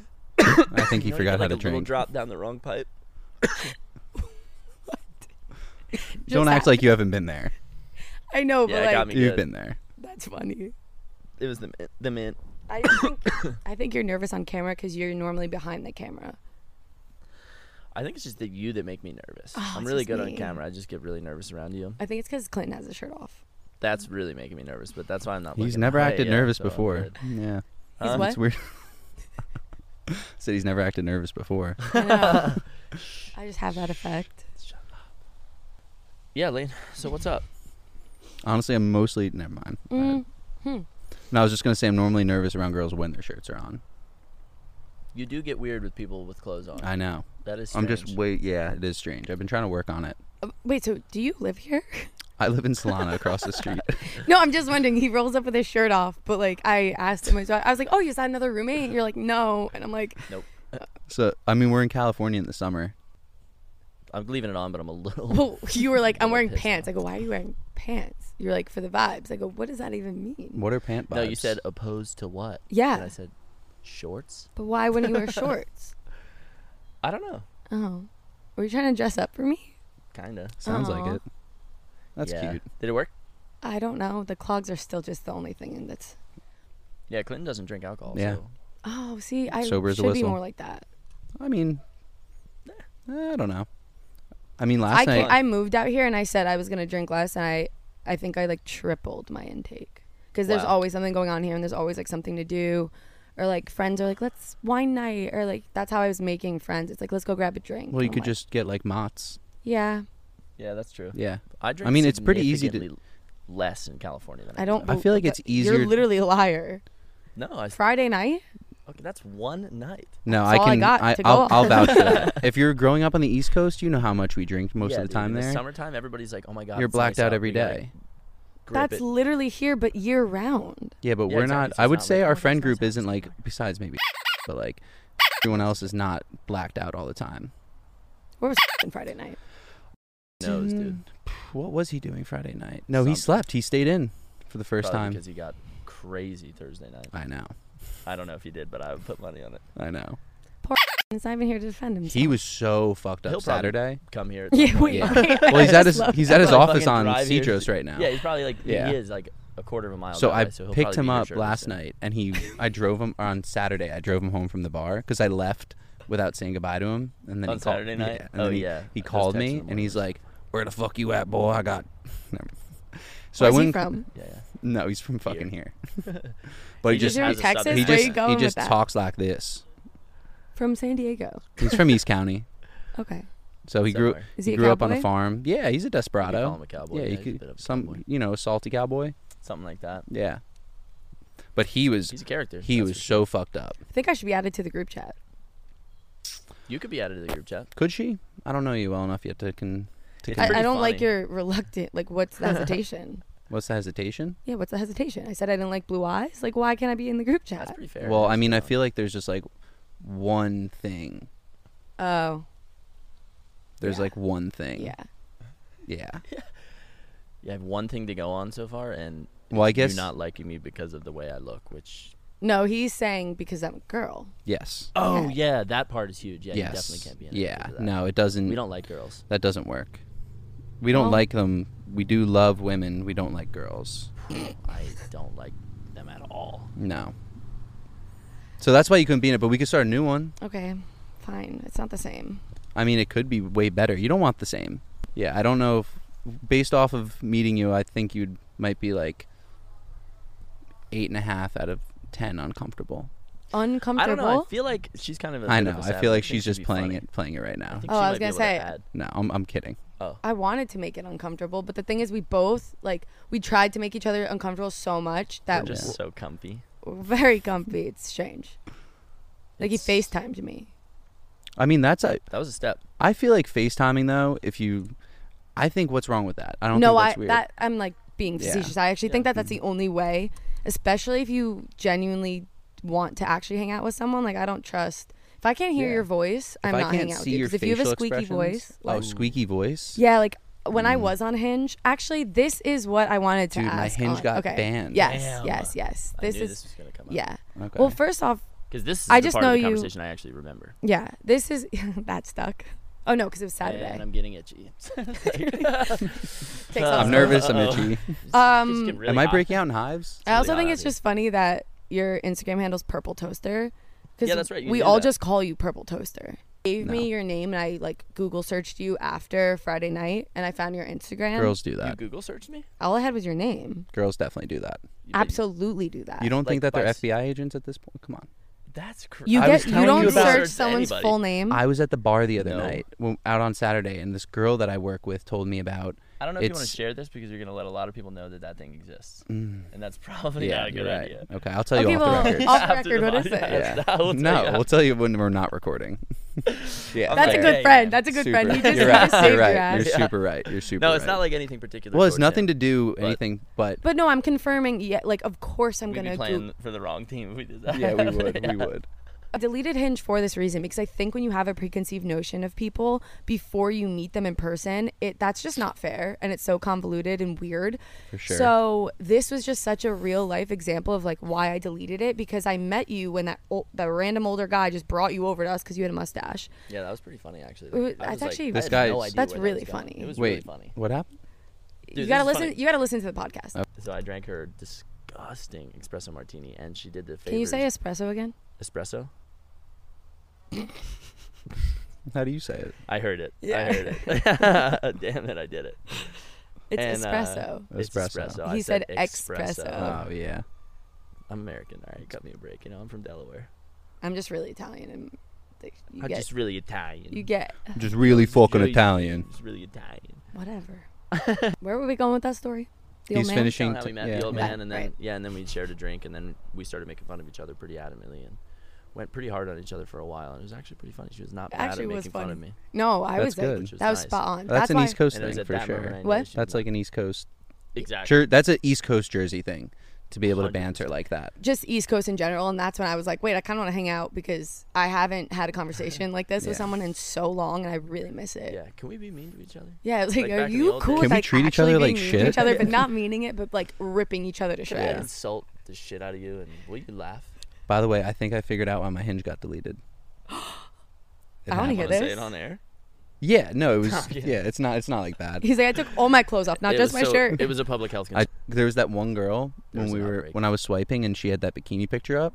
[SPEAKER 4] I
[SPEAKER 2] *laughs*
[SPEAKER 4] think he
[SPEAKER 2] You know, you
[SPEAKER 4] forgot
[SPEAKER 2] did, like
[SPEAKER 4] how to
[SPEAKER 2] a little
[SPEAKER 4] drink.
[SPEAKER 2] drop down the wrong pipe.
[SPEAKER 4] Don't
[SPEAKER 1] Just
[SPEAKER 4] act
[SPEAKER 1] that-
[SPEAKER 4] like you haven't
[SPEAKER 2] *laughs*
[SPEAKER 4] been there.
[SPEAKER 1] I know,
[SPEAKER 2] Yeah,
[SPEAKER 1] but
[SPEAKER 2] it
[SPEAKER 1] like
[SPEAKER 2] got me
[SPEAKER 4] You've
[SPEAKER 2] good.
[SPEAKER 4] been there.
[SPEAKER 1] that's funny.
[SPEAKER 2] It was the mint, the mint.
[SPEAKER 1] I just think *coughs* I think you're nervous on camera because you're normally behind the camera.
[SPEAKER 2] I think it's just the you that make me nervous.
[SPEAKER 1] Oh,
[SPEAKER 2] I'm
[SPEAKER 1] it's
[SPEAKER 2] really
[SPEAKER 1] just
[SPEAKER 2] good on
[SPEAKER 1] me.
[SPEAKER 2] camera. I just get really nervous around you.
[SPEAKER 1] I think it's because Clinton has his shirt off.
[SPEAKER 2] That's really making me nervous, but that's why I'm not.
[SPEAKER 4] He's
[SPEAKER 2] looking
[SPEAKER 4] never
[SPEAKER 2] away,
[SPEAKER 4] acted
[SPEAKER 2] yeah,
[SPEAKER 4] nervous
[SPEAKER 2] so I'm
[SPEAKER 4] before.
[SPEAKER 2] good.
[SPEAKER 4] *laughs* Yeah.
[SPEAKER 1] He's
[SPEAKER 2] Um,
[SPEAKER 1] what?
[SPEAKER 4] It's weird. *laughs* Said he's never acted nervous before.
[SPEAKER 1] I, know.
[SPEAKER 2] *laughs*
[SPEAKER 1] I just have that effect.
[SPEAKER 2] Yeah, Lane. *laughs* So what's up?
[SPEAKER 4] Honestly, I'm mostly never mind.
[SPEAKER 1] Mm.
[SPEAKER 4] And I was just gonna say I'm normally nervous around girls when their shirts are on.
[SPEAKER 2] You do get weird with people with clothes on.
[SPEAKER 4] I know.
[SPEAKER 2] that is.
[SPEAKER 4] I'm just
[SPEAKER 2] strange.
[SPEAKER 4] wait. Yeah, it is strange. I've been trying to work on it.
[SPEAKER 1] Uh, Wait, so do you live here? *laughs*
[SPEAKER 4] I live in Solana across the street.
[SPEAKER 1] No, I'm just wondering. He rolls up with his shirt off, but like I asked him, I was like, "Oh, is that another roommate?" And you're like, "No," and I'm like,
[SPEAKER 2] Nope.
[SPEAKER 4] So I mean, we're in California in the summer.
[SPEAKER 2] I'm leaving it on, but I'm a
[SPEAKER 1] *laughs*
[SPEAKER 2] little.
[SPEAKER 1] Well,
[SPEAKER 4] *laughs*
[SPEAKER 1] you were like, I'm
[SPEAKER 2] Little
[SPEAKER 1] wearing
[SPEAKER 2] pissed
[SPEAKER 1] pants. I go, why are you wearing pants? You're like, for the vibes. I go, what does that even mean?
[SPEAKER 4] What are pant vibes?
[SPEAKER 2] no, you said opposed to what? And I
[SPEAKER 1] Yeah,
[SPEAKER 2] said shorts.
[SPEAKER 1] but why wouldn't you wear shorts? *laughs*
[SPEAKER 2] I don't know.
[SPEAKER 1] Oh, were you trying to dress up for me?
[SPEAKER 2] Kinda.
[SPEAKER 4] sounds
[SPEAKER 1] Aw.
[SPEAKER 4] like it. That's
[SPEAKER 2] Yeah.
[SPEAKER 4] cute.
[SPEAKER 2] Did it work?
[SPEAKER 1] I don't know. The clogs are still just the only thing that's.
[SPEAKER 2] Yeah, Clinton doesn't drink alcohol.
[SPEAKER 4] Yeah.
[SPEAKER 2] So.
[SPEAKER 1] Oh, see, I
[SPEAKER 4] Sober as
[SPEAKER 1] should
[SPEAKER 4] a
[SPEAKER 1] be
[SPEAKER 4] whistle.
[SPEAKER 1] more like that.
[SPEAKER 4] I mean, eh, I don't know. I mean,
[SPEAKER 1] I,
[SPEAKER 4] last
[SPEAKER 1] ca-
[SPEAKER 4] night
[SPEAKER 1] I moved out here and I said I was gonna drink less, and I, I think I like tripled my intake because there's
[SPEAKER 2] Wow.
[SPEAKER 1] always something going on here, and there's always like something to do, or like friends are like let's wine night, or like that's how I was making friends. It's like let's go grab a drink.
[SPEAKER 4] well, you
[SPEAKER 1] and I'm
[SPEAKER 4] could
[SPEAKER 1] like,
[SPEAKER 4] just get like Mott's.
[SPEAKER 1] yeah.
[SPEAKER 2] Yeah, that's true.
[SPEAKER 4] Yeah,
[SPEAKER 2] I drink.
[SPEAKER 4] mean, it's pretty easy to-
[SPEAKER 2] significantly less in California than I,
[SPEAKER 1] I
[SPEAKER 2] do
[SPEAKER 1] don't.
[SPEAKER 4] I feel like
[SPEAKER 1] but
[SPEAKER 4] it's easier-
[SPEAKER 1] You're literally a liar.
[SPEAKER 2] No, I.
[SPEAKER 1] Friday night.
[SPEAKER 2] Okay, that's one night.
[SPEAKER 4] no,
[SPEAKER 1] That's
[SPEAKER 4] I
[SPEAKER 1] all I
[SPEAKER 4] can.
[SPEAKER 1] got
[SPEAKER 4] I,
[SPEAKER 1] to go
[SPEAKER 4] will
[SPEAKER 1] on.
[SPEAKER 4] I'll vouch for that. If you're growing up on the East Coast, you know how much we drink most
[SPEAKER 2] Yeah,
[SPEAKER 4] of the
[SPEAKER 2] dude,
[SPEAKER 4] time
[SPEAKER 2] in
[SPEAKER 4] there.
[SPEAKER 2] summertime, everybody's like, "Oh my god."
[SPEAKER 4] you're
[SPEAKER 2] it's
[SPEAKER 4] blacked
[SPEAKER 2] nice out
[SPEAKER 4] out every
[SPEAKER 2] we gotta
[SPEAKER 4] day.
[SPEAKER 2] grip
[SPEAKER 1] That's
[SPEAKER 2] it."
[SPEAKER 1] literally here, but year round.
[SPEAKER 4] Yeah, but
[SPEAKER 2] Yeah,
[SPEAKER 4] we're
[SPEAKER 2] exactly,
[SPEAKER 4] not.
[SPEAKER 2] so
[SPEAKER 4] I
[SPEAKER 2] it's
[SPEAKER 4] would
[SPEAKER 2] not
[SPEAKER 4] say
[SPEAKER 2] like,
[SPEAKER 4] our
[SPEAKER 2] "Oh, it's
[SPEAKER 4] friend
[SPEAKER 2] nice
[SPEAKER 4] group
[SPEAKER 2] out, it's
[SPEAKER 4] isn't like.
[SPEAKER 2] summer."
[SPEAKER 4] Besides maybe, *laughs* but like everyone else is not blacked out all the time.
[SPEAKER 1] Where was *laughs* on Friday night?
[SPEAKER 2] Knows, dude.
[SPEAKER 4] What was he doing Friday night? No, he
[SPEAKER 2] Something.
[SPEAKER 4] slept. He stayed in for the first
[SPEAKER 2] Probably
[SPEAKER 4] time.
[SPEAKER 2] because he got crazy Thursday night.
[SPEAKER 4] I know.
[SPEAKER 2] I don't know if he did, but I would put money on it.
[SPEAKER 4] I know.
[SPEAKER 1] It's not even here to defend himself.
[SPEAKER 4] He was so fucked up
[SPEAKER 2] He'll probably-
[SPEAKER 4] Saturday.
[SPEAKER 2] Come here. at
[SPEAKER 1] *laughs*
[SPEAKER 2] some
[SPEAKER 1] Yeah,
[SPEAKER 2] point.
[SPEAKER 1] wait.
[SPEAKER 4] Yeah.
[SPEAKER 1] wait,
[SPEAKER 4] *laughs* Well, he's
[SPEAKER 1] I
[SPEAKER 4] at
[SPEAKER 1] just
[SPEAKER 4] his
[SPEAKER 1] love
[SPEAKER 4] he's
[SPEAKER 1] that.
[SPEAKER 4] at his
[SPEAKER 2] Probably
[SPEAKER 4] office
[SPEAKER 2] fucking
[SPEAKER 4] on
[SPEAKER 2] drive here.
[SPEAKER 4] Cedros right now.
[SPEAKER 2] Yeah, he's probably like
[SPEAKER 4] Yeah.
[SPEAKER 2] he is like a quarter of a mile.
[SPEAKER 4] So
[SPEAKER 2] that
[SPEAKER 4] I
[SPEAKER 2] way, so he'll
[SPEAKER 4] picked
[SPEAKER 2] probably
[SPEAKER 4] him
[SPEAKER 2] be here
[SPEAKER 4] up
[SPEAKER 2] shortly
[SPEAKER 4] last
[SPEAKER 2] soon.
[SPEAKER 4] night,
[SPEAKER 2] *laughs*
[SPEAKER 4] and he I drove him on Saturday. I drove him home from the bar because I left without saying goodbye to him, and then
[SPEAKER 2] On
[SPEAKER 4] he called,
[SPEAKER 2] Saturday night?
[SPEAKER 4] Yeah, and
[SPEAKER 2] Oh,
[SPEAKER 4] then he,
[SPEAKER 2] yeah.
[SPEAKER 4] he
[SPEAKER 2] I was
[SPEAKER 4] called
[SPEAKER 2] texting
[SPEAKER 4] me,
[SPEAKER 2] him
[SPEAKER 4] and
[SPEAKER 2] when
[SPEAKER 4] he's
[SPEAKER 2] I was-
[SPEAKER 4] like, "Where the fuck you at, boy? I got." *laughs* Never mind. So
[SPEAKER 1] Where's he
[SPEAKER 4] I went.
[SPEAKER 1] from?
[SPEAKER 2] Yeah, yeah.
[SPEAKER 4] No, he's from fucking here.
[SPEAKER 2] *laughs*
[SPEAKER 4] *laughs* but
[SPEAKER 2] He
[SPEAKER 4] he
[SPEAKER 1] Is
[SPEAKER 2] just
[SPEAKER 4] just
[SPEAKER 1] he from
[SPEAKER 2] has a
[SPEAKER 1] Texas?
[SPEAKER 2] southern-
[SPEAKER 4] he
[SPEAKER 1] Where
[SPEAKER 4] just
[SPEAKER 1] you going
[SPEAKER 4] he
[SPEAKER 1] with
[SPEAKER 4] just
[SPEAKER 1] that?
[SPEAKER 4] talks like this.
[SPEAKER 1] From San Diego.
[SPEAKER 4] He's from East County,
[SPEAKER 1] Okay.
[SPEAKER 4] so he grew
[SPEAKER 2] Somewhere.
[SPEAKER 1] Is
[SPEAKER 4] he
[SPEAKER 1] he a
[SPEAKER 4] grew up on a
[SPEAKER 1] cowboy?
[SPEAKER 4] farm. Yeah, he's
[SPEAKER 2] You could
[SPEAKER 4] a
[SPEAKER 2] call
[SPEAKER 4] desperado.
[SPEAKER 2] him a cowboy.
[SPEAKER 4] Yeah, you
[SPEAKER 2] he's a bit of
[SPEAKER 4] could
[SPEAKER 2] a
[SPEAKER 4] some
[SPEAKER 2] cowboy.
[SPEAKER 4] you know salty cowboy.
[SPEAKER 2] something like that.
[SPEAKER 4] Yeah, but he was
[SPEAKER 2] He's a character.
[SPEAKER 4] he
[SPEAKER 2] that's
[SPEAKER 4] was
[SPEAKER 2] for
[SPEAKER 4] so fucked up.
[SPEAKER 1] I think I should be added to the group chat.
[SPEAKER 2] sure. You could be added to the group chat.
[SPEAKER 4] Could she? I don't know you well enough yet to can. To
[SPEAKER 2] It's
[SPEAKER 4] con-
[SPEAKER 1] I,
[SPEAKER 2] pretty
[SPEAKER 1] I don't like
[SPEAKER 2] funny.
[SPEAKER 1] your reluctant. Like, what's the
[SPEAKER 4] *laughs*
[SPEAKER 1] hesitation?
[SPEAKER 4] What's the hesitation?
[SPEAKER 1] yeah, what's the hesitation? I said I didn't like blue eyes. Like, why can't I be in the group
[SPEAKER 2] That's
[SPEAKER 1] chat?
[SPEAKER 2] pretty fair.
[SPEAKER 4] well, I mean, I
[SPEAKER 2] honestly.
[SPEAKER 4] feel like there's just like one thing.
[SPEAKER 1] oh,
[SPEAKER 4] There's
[SPEAKER 1] Yeah.
[SPEAKER 4] like one thing.
[SPEAKER 1] yeah.
[SPEAKER 2] *laughs*
[SPEAKER 4] Yeah.
[SPEAKER 2] you have one thing to go on so far, and
[SPEAKER 4] Well, I
[SPEAKER 2] you
[SPEAKER 4] guess
[SPEAKER 2] not liking me because of the way I look. Which
[SPEAKER 1] No, he's saying because I'm a girl.
[SPEAKER 4] yes.
[SPEAKER 2] oh yeah, that part is huge. Yeah,
[SPEAKER 4] yes.
[SPEAKER 2] you definitely can't be. In it
[SPEAKER 4] yeah.
[SPEAKER 2] because of that.
[SPEAKER 4] No, it doesn't.
[SPEAKER 2] we don't like girls.
[SPEAKER 4] That doesn't work. We don't
[SPEAKER 1] Well-
[SPEAKER 4] like them. We do love women. We don't like girls.
[SPEAKER 2] I don't like them at all.
[SPEAKER 4] No. So that's why you couldn't be in it. But we could start a new one.
[SPEAKER 1] Okay, fine. It's not the same.
[SPEAKER 4] I mean, it could be way better. You don't want the same. Yeah, I don't know. If, based off of meeting you, I think you might be like eight and a half out of ten uncomfortable.
[SPEAKER 1] Uncomfortable.
[SPEAKER 2] I don't know. I feel like she's kind of. A
[SPEAKER 4] I
[SPEAKER 2] bit
[SPEAKER 4] know.
[SPEAKER 2] of a
[SPEAKER 4] I
[SPEAKER 2] savage.
[SPEAKER 4] feel like
[SPEAKER 2] think
[SPEAKER 4] she's
[SPEAKER 2] she'd
[SPEAKER 4] just
[SPEAKER 2] be
[SPEAKER 4] playing
[SPEAKER 2] funny.
[SPEAKER 4] it, playing it right now.
[SPEAKER 2] think
[SPEAKER 1] Oh,
[SPEAKER 2] she
[SPEAKER 1] I
[SPEAKER 2] might
[SPEAKER 1] was
[SPEAKER 2] be
[SPEAKER 1] gonna
[SPEAKER 2] able to
[SPEAKER 1] say-
[SPEAKER 2] add- oh,
[SPEAKER 4] No, I'm I'm kidding.
[SPEAKER 1] I wanted to make it uncomfortable, but the thing is, we both like we tried to make each other uncomfortable so much
[SPEAKER 2] We're
[SPEAKER 1] that w-
[SPEAKER 2] just so comfy.
[SPEAKER 1] we're very comfy. It's strange. Like
[SPEAKER 2] It's-
[SPEAKER 1] he FaceTimed me.
[SPEAKER 4] I mean, that's I
[SPEAKER 2] That was a step.
[SPEAKER 4] I feel like FaceTiming though. If you, I think what's wrong with that? I don't.
[SPEAKER 1] no,
[SPEAKER 4] think
[SPEAKER 1] I
[SPEAKER 4] that's weird.
[SPEAKER 1] that I'm like being
[SPEAKER 4] Yeah.
[SPEAKER 1] facetious. I actually think that that's the only way, especially if you genuinely want to actually hang out with someone. Like I don't trust if I can't hear
[SPEAKER 4] Yeah.
[SPEAKER 1] your voice,
[SPEAKER 4] If
[SPEAKER 1] I'm
[SPEAKER 4] I
[SPEAKER 1] not
[SPEAKER 4] can't
[SPEAKER 1] hanging out with
[SPEAKER 4] see
[SPEAKER 1] you.
[SPEAKER 4] your
[SPEAKER 1] 'Cause if you have a
[SPEAKER 4] facial
[SPEAKER 1] squeaky
[SPEAKER 4] expressions-
[SPEAKER 1] voice,
[SPEAKER 4] oh,
[SPEAKER 1] like,
[SPEAKER 4] squeaky voice.
[SPEAKER 1] yeah, like when I was on Hinge, actually, this is what I wanted to
[SPEAKER 4] Mm. Dude, my
[SPEAKER 1] ask.
[SPEAKER 4] Hinge
[SPEAKER 1] on-
[SPEAKER 4] got
[SPEAKER 1] okay.
[SPEAKER 4] banned.
[SPEAKER 1] Yes,
[SPEAKER 2] Damn.
[SPEAKER 1] yes, yes.
[SPEAKER 2] I
[SPEAKER 1] This
[SPEAKER 2] knew
[SPEAKER 1] is
[SPEAKER 2] this was gonna come up.
[SPEAKER 1] yeah.
[SPEAKER 4] Okay.
[SPEAKER 1] Well, first off,
[SPEAKER 2] because this is
[SPEAKER 1] I
[SPEAKER 2] the
[SPEAKER 1] just
[SPEAKER 2] part
[SPEAKER 1] know
[SPEAKER 2] of the
[SPEAKER 1] you-
[SPEAKER 2] conversation I actually remember.
[SPEAKER 1] yeah, this is *laughs* that stuck. Oh no, because it was Saturday. *laughs*
[SPEAKER 2] And *laughs* I'm Uh, getting itchy.
[SPEAKER 1] Takes
[SPEAKER 2] I'm
[SPEAKER 1] off.
[SPEAKER 4] I'm nervous. I'm
[SPEAKER 2] Uh-oh.
[SPEAKER 4] itchy.
[SPEAKER 1] Um,
[SPEAKER 4] Am I breaking out in hives?
[SPEAKER 1] I also
[SPEAKER 2] really
[SPEAKER 1] think
[SPEAKER 2] odd,
[SPEAKER 1] it's
[SPEAKER 2] dude.
[SPEAKER 1] just funny that your Instagram handle's Purple Toaster. 'cause
[SPEAKER 2] Yeah, that's right, you
[SPEAKER 1] we
[SPEAKER 2] do
[SPEAKER 1] all
[SPEAKER 2] that.
[SPEAKER 1] just call you Purple Toaster. Gave
[SPEAKER 4] No.
[SPEAKER 1] me your name and I like Google searched you after Friday night and I found your Instagram.
[SPEAKER 4] Girls do
[SPEAKER 2] You
[SPEAKER 4] that.
[SPEAKER 2] Google searched me?
[SPEAKER 1] All I had was your name.
[SPEAKER 4] Girls definitely do that.
[SPEAKER 2] You-
[SPEAKER 1] Absolutely do that.
[SPEAKER 4] You don't think
[SPEAKER 2] Like
[SPEAKER 4] that they're
[SPEAKER 2] vice-
[SPEAKER 4] FBI agents at this point? Come on.
[SPEAKER 1] Mm-hmm.
[SPEAKER 2] That's crazy.
[SPEAKER 1] You
[SPEAKER 4] I was
[SPEAKER 1] get you
[SPEAKER 4] telling
[SPEAKER 1] don't
[SPEAKER 4] you about-
[SPEAKER 1] search someone's full name.
[SPEAKER 4] I was at the bar the other
[SPEAKER 2] No.
[SPEAKER 4] night, when, out on Saturday, and this girl that I work with told me about.
[SPEAKER 2] I don't know if you want
[SPEAKER 4] It's- Mm.
[SPEAKER 2] to share this because you're going to let a lot of people know that that thing exists, and that's probably
[SPEAKER 4] yeah,
[SPEAKER 2] not a
[SPEAKER 4] you're
[SPEAKER 2] good
[SPEAKER 4] right. *laughs*
[SPEAKER 2] idea.
[SPEAKER 4] Okay, I'll tell you
[SPEAKER 1] okay,
[SPEAKER 4] off
[SPEAKER 1] well, *laughs*
[SPEAKER 4] the record.
[SPEAKER 1] off the
[SPEAKER 2] After
[SPEAKER 1] record,
[SPEAKER 2] the
[SPEAKER 1] what is
[SPEAKER 2] podcast.
[SPEAKER 1] it?
[SPEAKER 2] Yeah.
[SPEAKER 4] Yeah.
[SPEAKER 2] I'll tell
[SPEAKER 4] no,
[SPEAKER 2] you.
[SPEAKER 4] we'll tell you when we're not
[SPEAKER 1] *laughs*
[SPEAKER 4] recording. yeah,
[SPEAKER 1] That's a
[SPEAKER 2] Okay.
[SPEAKER 1] good
[SPEAKER 2] Yeah,
[SPEAKER 1] friend.
[SPEAKER 2] yeah.
[SPEAKER 1] That's a good
[SPEAKER 4] Super.
[SPEAKER 1] friend. He just kind
[SPEAKER 4] You're right.
[SPEAKER 1] of saved
[SPEAKER 4] You're
[SPEAKER 1] your
[SPEAKER 4] right.
[SPEAKER 1] ass.
[SPEAKER 4] You're super right. You're super.
[SPEAKER 2] No, it's
[SPEAKER 4] right.
[SPEAKER 2] not like anything particular.
[SPEAKER 4] Well, it's
[SPEAKER 2] towards
[SPEAKER 4] nothing
[SPEAKER 2] him.
[SPEAKER 4] to do
[SPEAKER 2] but-
[SPEAKER 4] anything, but,
[SPEAKER 1] But no, I'm confirming. Yeah, like of course I'm
[SPEAKER 2] We'd be
[SPEAKER 1] gonna.
[SPEAKER 2] playing
[SPEAKER 1] Google.
[SPEAKER 2] for the wrong team if we did that.
[SPEAKER 4] yeah, we would. We would.
[SPEAKER 1] I deleted Hinge for this reason because I think when you have a preconceived notion of people before you meet them in person, it that's just not fair and it's so convoluted and weird.
[SPEAKER 4] For sure.
[SPEAKER 1] So this was just such a real life example of like why I deleted it because I met you when that old, the random older guy just brought you over to us because you had a mustache.
[SPEAKER 2] *laughs* Yeah, that was pretty funny actually.
[SPEAKER 1] Ooh,
[SPEAKER 2] I was
[SPEAKER 1] that's
[SPEAKER 2] like-
[SPEAKER 1] actually-
[SPEAKER 2] I
[SPEAKER 4] This
[SPEAKER 2] had
[SPEAKER 4] guy
[SPEAKER 2] no
[SPEAKER 4] is-
[SPEAKER 2] idea
[SPEAKER 1] That's
[SPEAKER 2] where that
[SPEAKER 1] really
[SPEAKER 2] was going.
[SPEAKER 1] funny.
[SPEAKER 2] It was
[SPEAKER 4] Wait,
[SPEAKER 2] really funny.
[SPEAKER 4] what happened?
[SPEAKER 1] you
[SPEAKER 2] this
[SPEAKER 1] gotta
[SPEAKER 2] is
[SPEAKER 1] listen.
[SPEAKER 2] funny.
[SPEAKER 1] You gotta listen to the podcast.
[SPEAKER 4] Oh.
[SPEAKER 2] So I drank her disgusting espresso martini, and she did the. Favors.
[SPEAKER 1] Can you say espresso again?
[SPEAKER 2] espresso?
[SPEAKER 4] How do you say it?
[SPEAKER 2] I heard it.
[SPEAKER 1] Yeah.
[SPEAKER 2] I heard it. *laughs* Damn it, I did it.
[SPEAKER 1] It's
[SPEAKER 2] And, uh,
[SPEAKER 1] espresso.
[SPEAKER 2] It's
[SPEAKER 4] Espresso.
[SPEAKER 2] espresso. I
[SPEAKER 1] He
[SPEAKER 2] said
[SPEAKER 1] said espresso.
[SPEAKER 2] espresso.
[SPEAKER 4] Oh yeah.
[SPEAKER 2] I'm American. All right, cut me a break. You know, I'm from Delaware.
[SPEAKER 1] I'm just really Italian and like, you
[SPEAKER 2] I'm
[SPEAKER 1] get
[SPEAKER 2] just really Italian.
[SPEAKER 1] you get
[SPEAKER 4] Just really fucking
[SPEAKER 2] really-
[SPEAKER 4] Italian.
[SPEAKER 2] Just really Italian.
[SPEAKER 1] whatever. Where were we going with that story? The
[SPEAKER 4] He's finishing.
[SPEAKER 2] How
[SPEAKER 4] t-
[SPEAKER 2] we met
[SPEAKER 4] yeah.
[SPEAKER 2] the old
[SPEAKER 1] Right,
[SPEAKER 2] man, and then
[SPEAKER 1] right.
[SPEAKER 2] yeah, and then we shared a drink, and then we started making fun of each other pretty adamantly, and went pretty hard on each other for a while, and it was actually pretty funny. She was not bad
[SPEAKER 1] Actually
[SPEAKER 2] at
[SPEAKER 1] was
[SPEAKER 2] making fun of
[SPEAKER 1] funny.
[SPEAKER 2] me.
[SPEAKER 1] No, I
[SPEAKER 4] That's
[SPEAKER 1] was like,
[SPEAKER 4] good.
[SPEAKER 2] Which was
[SPEAKER 1] that was
[SPEAKER 2] nice.
[SPEAKER 1] spot on.
[SPEAKER 4] That's, an
[SPEAKER 1] why-
[SPEAKER 4] East Coast
[SPEAKER 2] And it was
[SPEAKER 4] thing
[SPEAKER 2] at
[SPEAKER 4] for
[SPEAKER 2] that
[SPEAKER 4] sure.
[SPEAKER 2] moment I knew
[SPEAKER 1] What?
[SPEAKER 2] she
[SPEAKER 4] That's
[SPEAKER 2] was
[SPEAKER 4] like an East Coast.
[SPEAKER 2] exactly.
[SPEAKER 4] Jer- that's an East Coast Jersey thing, to be able to
[SPEAKER 2] 100%.
[SPEAKER 4] banter like that.
[SPEAKER 1] Just East Coast in general, and that's when I was like, wait, I kind of want to hang out because I haven't had a conversation like this with
[SPEAKER 4] Yeah.
[SPEAKER 1] someone in so long, and I really miss it.
[SPEAKER 2] Yeah, can we be mean to each other?
[SPEAKER 1] Yeah, it's like,
[SPEAKER 2] Like,
[SPEAKER 1] are
[SPEAKER 2] back in the
[SPEAKER 1] you
[SPEAKER 2] old
[SPEAKER 1] cool
[SPEAKER 2] days.
[SPEAKER 1] with
[SPEAKER 4] Can we
[SPEAKER 1] like
[SPEAKER 4] treat each
[SPEAKER 1] actually
[SPEAKER 4] other
[SPEAKER 1] being
[SPEAKER 4] like
[SPEAKER 1] mean to
[SPEAKER 4] shit?
[SPEAKER 1] each other, but not meaning it, but like ripping each other to
[SPEAKER 2] Can I
[SPEAKER 1] shreds?
[SPEAKER 2] insult the shit out of you and will you laugh?
[SPEAKER 4] By the way, I think I figured out why my hinge
[SPEAKER 2] *gasps*
[SPEAKER 4] got deleted. It
[SPEAKER 1] I wanna
[SPEAKER 4] happened.
[SPEAKER 1] hear
[SPEAKER 2] Wanna
[SPEAKER 1] this.
[SPEAKER 2] say it on air?
[SPEAKER 4] Yeah, no, it was.
[SPEAKER 2] *laughs* Yeah.
[SPEAKER 4] yeah. it's not. It's not like bad.
[SPEAKER 1] He's like, I took all my clothes off, not
[SPEAKER 2] It
[SPEAKER 1] just
[SPEAKER 2] was
[SPEAKER 1] my
[SPEAKER 2] so-
[SPEAKER 1] shirt.
[SPEAKER 2] It was a public health
[SPEAKER 4] I
[SPEAKER 2] concern.
[SPEAKER 4] there was that one girl
[SPEAKER 2] There
[SPEAKER 4] when
[SPEAKER 2] was
[SPEAKER 4] we
[SPEAKER 2] an
[SPEAKER 4] were
[SPEAKER 2] outbreak.
[SPEAKER 4] when I was swiping and she had that bikini picture up,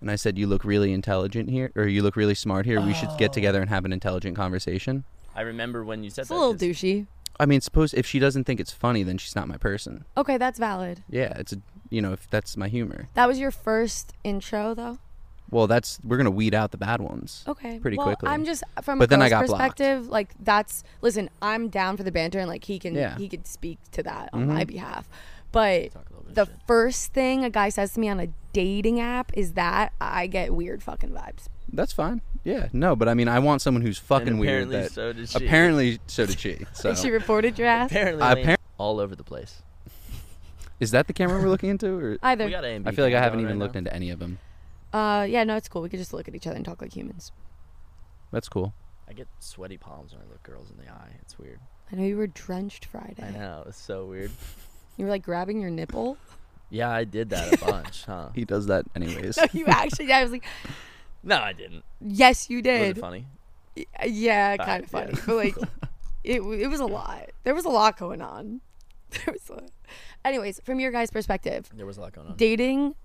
[SPEAKER 4] and I said, "You look really intelligent here, or you look really smart here. We should
[SPEAKER 2] Oh.
[SPEAKER 4] get together and have an intelligent conversation."
[SPEAKER 2] I, remember when you said
[SPEAKER 1] it's
[SPEAKER 2] that.
[SPEAKER 1] a little
[SPEAKER 2] 'cause
[SPEAKER 1] douchey.
[SPEAKER 4] I mean, suppose if she doesn't think it's funny, then she's not my person.
[SPEAKER 1] Okay, that's valid.
[SPEAKER 4] Yeah, it's a, you know if that's my humor.
[SPEAKER 1] That was your first intro, though.
[SPEAKER 4] Well, that's we're gonna weed out the bad ones.
[SPEAKER 1] Okay.
[SPEAKER 4] pretty
[SPEAKER 1] well,
[SPEAKER 4] quickly.
[SPEAKER 1] I'm just from a
[SPEAKER 4] But then I
[SPEAKER 1] girl's
[SPEAKER 4] got blocked.
[SPEAKER 1] perspective, like that's listen, I'm down for the banter and like he can
[SPEAKER 4] Yeah. Mm-hmm.
[SPEAKER 1] he could speak to that on my behalf. But
[SPEAKER 2] Talk a little bit
[SPEAKER 1] the
[SPEAKER 2] of shit.
[SPEAKER 1] first thing a guy says to me on a dating app is that I get weird fucking vibes.
[SPEAKER 4] That's fine. Yeah, no, but I mean, I want someone who's fucking
[SPEAKER 2] And
[SPEAKER 4] weird.
[SPEAKER 2] apparently
[SPEAKER 4] That
[SPEAKER 2] so did she.
[SPEAKER 4] apparently so did she.
[SPEAKER 2] *laughs*
[SPEAKER 4] So
[SPEAKER 1] She reported your ass.
[SPEAKER 2] Apparently,
[SPEAKER 4] I
[SPEAKER 2] Lane's
[SPEAKER 4] appar-
[SPEAKER 2] all over the place.
[SPEAKER 4] is that the camera we're looking into? Or
[SPEAKER 1] Either.
[SPEAKER 2] We got AMB
[SPEAKER 4] I feel like I
[SPEAKER 2] going
[SPEAKER 4] haven't
[SPEAKER 2] right
[SPEAKER 4] even
[SPEAKER 2] now.
[SPEAKER 4] looked into any of them.
[SPEAKER 1] uh, yeah, no, it's cool. We could just look at each other and talk like humans.
[SPEAKER 4] That's cool.
[SPEAKER 2] I get sweaty palms when I look girls in the eye. It's weird.
[SPEAKER 1] I know you were drenched Friday. *laughs*
[SPEAKER 2] I know. It's so weird.
[SPEAKER 1] You were like grabbing your nipple.
[SPEAKER 2] Yeah, I did that a bunch, huh?
[SPEAKER 4] He does that
[SPEAKER 1] *laughs*
[SPEAKER 2] *laughs*
[SPEAKER 4] anyways.
[SPEAKER 1] no, you actually. I was like,
[SPEAKER 2] No, I didn't.
[SPEAKER 1] yes, you
[SPEAKER 2] Was
[SPEAKER 1] did.
[SPEAKER 2] it funny?
[SPEAKER 1] Uh, Yeah,
[SPEAKER 2] Uh,
[SPEAKER 1] kind of
[SPEAKER 2] yeah.
[SPEAKER 1] funny, but
[SPEAKER 2] *laughs*
[SPEAKER 1] like, it w- it was a lot. There was a lot going on. *laughs* There was, a... anyways, from your guys' perspective,
[SPEAKER 2] There was a lot going on.
[SPEAKER 1] dating.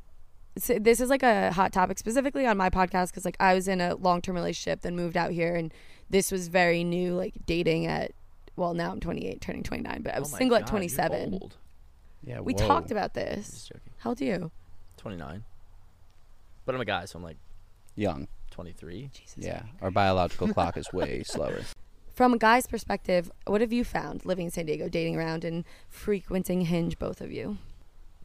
[SPEAKER 1] So this is like a hot topic specifically on my podcast because like I was in a long term relationship, then moved out here, and this was very new, like dating at. Well, now I'm 28, turning 29, but I
[SPEAKER 2] Oh
[SPEAKER 1] was
[SPEAKER 2] my
[SPEAKER 1] single
[SPEAKER 2] God,
[SPEAKER 1] at
[SPEAKER 2] you're
[SPEAKER 1] 27.
[SPEAKER 2] old.
[SPEAKER 4] yeah,
[SPEAKER 1] We
[SPEAKER 4] whoa.
[SPEAKER 1] talked about this.
[SPEAKER 2] Just joking.
[SPEAKER 1] How do you?
[SPEAKER 2] 29. But I'm a guy, so I'm like
[SPEAKER 4] young.
[SPEAKER 2] 23.
[SPEAKER 1] Jesus.
[SPEAKER 4] Yeah, our biological clock is
[SPEAKER 2] *laughs*
[SPEAKER 4] way slower.
[SPEAKER 1] From a guy's perspective, what have you found living in San Diego, dating around, and frequenting Hinge? Both of you.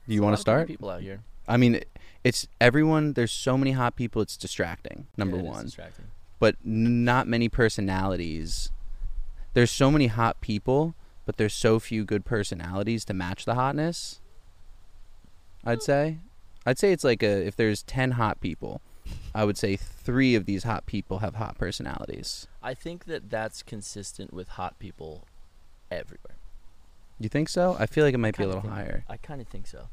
[SPEAKER 4] Do you
[SPEAKER 2] A lot of
[SPEAKER 4] want to
[SPEAKER 2] pretty
[SPEAKER 4] start?
[SPEAKER 2] People out here.
[SPEAKER 4] I mean, it's everyone. There's so many hot people. It's distracting. Number
[SPEAKER 2] Yeah, it is
[SPEAKER 4] one,
[SPEAKER 2] distracting.
[SPEAKER 4] but n- not many personalities. There's so many hot people, but there's so few good personalities to match the hotness. I'd say, I'd say it's like a if there's ten hot people, I would say three of these hot people have hot personalities.
[SPEAKER 2] I think that that's consistent with hot people everywhere.
[SPEAKER 4] You think so? I feel like it might be a
[SPEAKER 2] Kinda
[SPEAKER 4] little
[SPEAKER 2] think-
[SPEAKER 4] higher.
[SPEAKER 2] I kind of think so.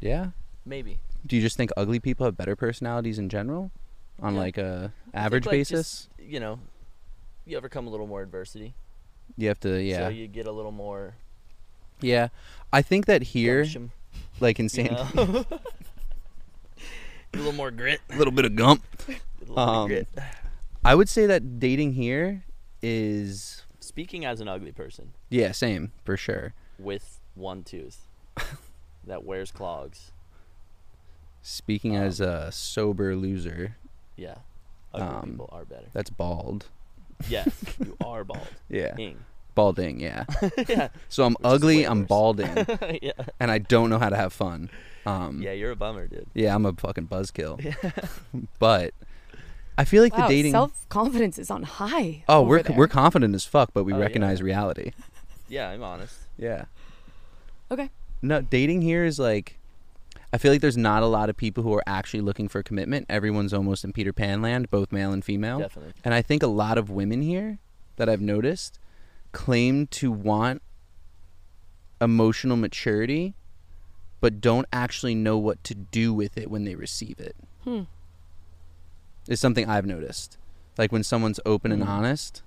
[SPEAKER 4] Yeah.
[SPEAKER 2] Maybe.
[SPEAKER 4] Do you just think ugly people have better personalities in general, on
[SPEAKER 2] Yeah.
[SPEAKER 4] like a
[SPEAKER 2] I think,
[SPEAKER 4] average
[SPEAKER 2] like,
[SPEAKER 4] basis?
[SPEAKER 2] just, you know, you overcome a little more adversity.
[SPEAKER 4] You have to, yeah,
[SPEAKER 2] So you get a little more.
[SPEAKER 4] yeah. I think that here,
[SPEAKER 2] gumption,
[SPEAKER 4] like in
[SPEAKER 2] you
[SPEAKER 4] San,
[SPEAKER 2] know? a little more grit.
[SPEAKER 4] a *laughs* little bit of gump.
[SPEAKER 2] A little more
[SPEAKER 4] Um,
[SPEAKER 2] grit.
[SPEAKER 4] I would say that dating here is,
[SPEAKER 2] Speaking as an ugly person
[SPEAKER 4] yeah, same for sure.
[SPEAKER 2] with one tooth
[SPEAKER 4] *laughs*
[SPEAKER 2] that wears clogs.
[SPEAKER 4] Speaking
[SPEAKER 2] Um,
[SPEAKER 4] as a sober loser,
[SPEAKER 2] Yeah. Ugly
[SPEAKER 4] Um,
[SPEAKER 2] people are
[SPEAKER 4] *laughs*
[SPEAKER 2] better.
[SPEAKER 4] that's bald.
[SPEAKER 2] Yes, you are bald.
[SPEAKER 4] Yeah,
[SPEAKER 2] Ing.
[SPEAKER 4] balding. Yeah.
[SPEAKER 2] *laughs* yeah.
[SPEAKER 4] So I'm
[SPEAKER 2] Which is way
[SPEAKER 4] ugly. I'm
[SPEAKER 2] worse. *laughs*
[SPEAKER 4] balding,
[SPEAKER 2] *laughs* yeah.
[SPEAKER 4] and I don't know how to have fun. Um,
[SPEAKER 2] Yeah,
[SPEAKER 4] yeah,
[SPEAKER 2] you're a bummer, dude.
[SPEAKER 4] I'm a
[SPEAKER 2] *laughs*
[SPEAKER 4] fucking buzzkill.
[SPEAKER 2] Yeah.
[SPEAKER 4] But I feel like
[SPEAKER 1] wow,
[SPEAKER 4] the dating.
[SPEAKER 1] self confidence is on high.
[SPEAKER 4] oh,
[SPEAKER 1] over
[SPEAKER 4] we're
[SPEAKER 1] there.
[SPEAKER 4] we're confident as fuck, but we
[SPEAKER 2] Oh, yeah.
[SPEAKER 4] recognize reality.
[SPEAKER 2] Yeah, I'm honest.
[SPEAKER 4] Yeah.
[SPEAKER 1] Okay.
[SPEAKER 4] No, dating here is like I feel like there's not a lot of people who are actually looking for commitment. Everyone's almost in Peter Pan land, both male and female.
[SPEAKER 2] Definitely.
[SPEAKER 4] And I think a lot of women here that I've noticed claim to want emotional maturity, but don't actually know what to do with it when they receive it.
[SPEAKER 1] Hmm.
[SPEAKER 4] It's something I've noticed. Like when someone's open and
[SPEAKER 2] Hmm.
[SPEAKER 4] honest,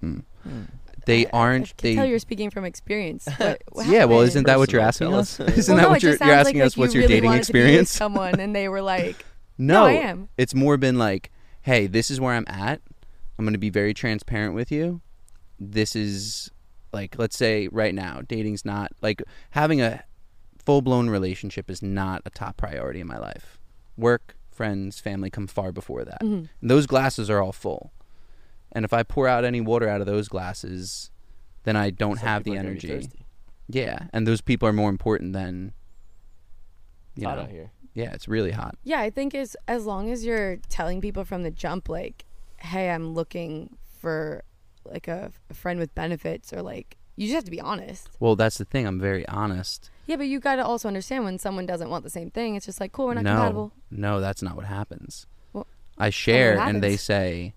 [SPEAKER 4] hmm,
[SPEAKER 2] Hmm.
[SPEAKER 4] they
[SPEAKER 1] I- I
[SPEAKER 4] aren't.
[SPEAKER 1] can
[SPEAKER 4] they
[SPEAKER 1] tell you're speaking from
[SPEAKER 4] *laughs*
[SPEAKER 1] experience. What, what
[SPEAKER 4] yeah, well, isn't
[SPEAKER 1] happened?
[SPEAKER 4] that what
[SPEAKER 2] Personal,
[SPEAKER 4] you're asking
[SPEAKER 2] tell
[SPEAKER 4] us?
[SPEAKER 2] us.
[SPEAKER 4] *laughs* Isn't
[SPEAKER 1] Well,
[SPEAKER 4] that
[SPEAKER 1] no, it
[SPEAKER 4] what you're,
[SPEAKER 1] just
[SPEAKER 4] you're
[SPEAKER 1] sounds
[SPEAKER 4] asking
[SPEAKER 1] like,
[SPEAKER 4] us?
[SPEAKER 1] like
[SPEAKER 4] What's
[SPEAKER 1] you
[SPEAKER 4] your
[SPEAKER 1] really
[SPEAKER 4] dating
[SPEAKER 1] wanted to be with *laughs*
[SPEAKER 4] experience?
[SPEAKER 1] Someone and they were
[SPEAKER 4] *laughs*
[SPEAKER 1] like,
[SPEAKER 4] No,
[SPEAKER 1] I am.
[SPEAKER 4] It's more been like, hey, this is where I'm at. I'm going to be very transparent with you. This is like, let's say right now, dating's not like having a full blown relationship is not a top priority in my life. Work, friends, family come far before that.
[SPEAKER 1] Mhm.
[SPEAKER 4] And those glasses are all full. And if I pour out any water out of those glasses, then I don't
[SPEAKER 2] Some
[SPEAKER 4] have
[SPEAKER 2] people
[SPEAKER 4] the
[SPEAKER 2] are gonna be
[SPEAKER 4] energy.
[SPEAKER 2] thirsty.
[SPEAKER 4] Yeah, and those people are more important than you
[SPEAKER 2] Hot
[SPEAKER 4] know.
[SPEAKER 2] out here. *laughs*
[SPEAKER 4] Yeah, it's really hot.
[SPEAKER 1] yeah, I think as as long as you're telling people from the jump, like, hey, I'm looking for like a, a friend with benefits, or like, you just have to be honest.
[SPEAKER 4] Well, that's the thing. I'm very honest.
[SPEAKER 1] Yeah, but you got to also understand when someone doesn't want the same thing. It's just like, cool, we're not
[SPEAKER 4] no,
[SPEAKER 1] compatible.
[SPEAKER 4] no, that's not what happens.
[SPEAKER 1] Well,
[SPEAKER 4] I share and they
[SPEAKER 1] happens.
[SPEAKER 4] say,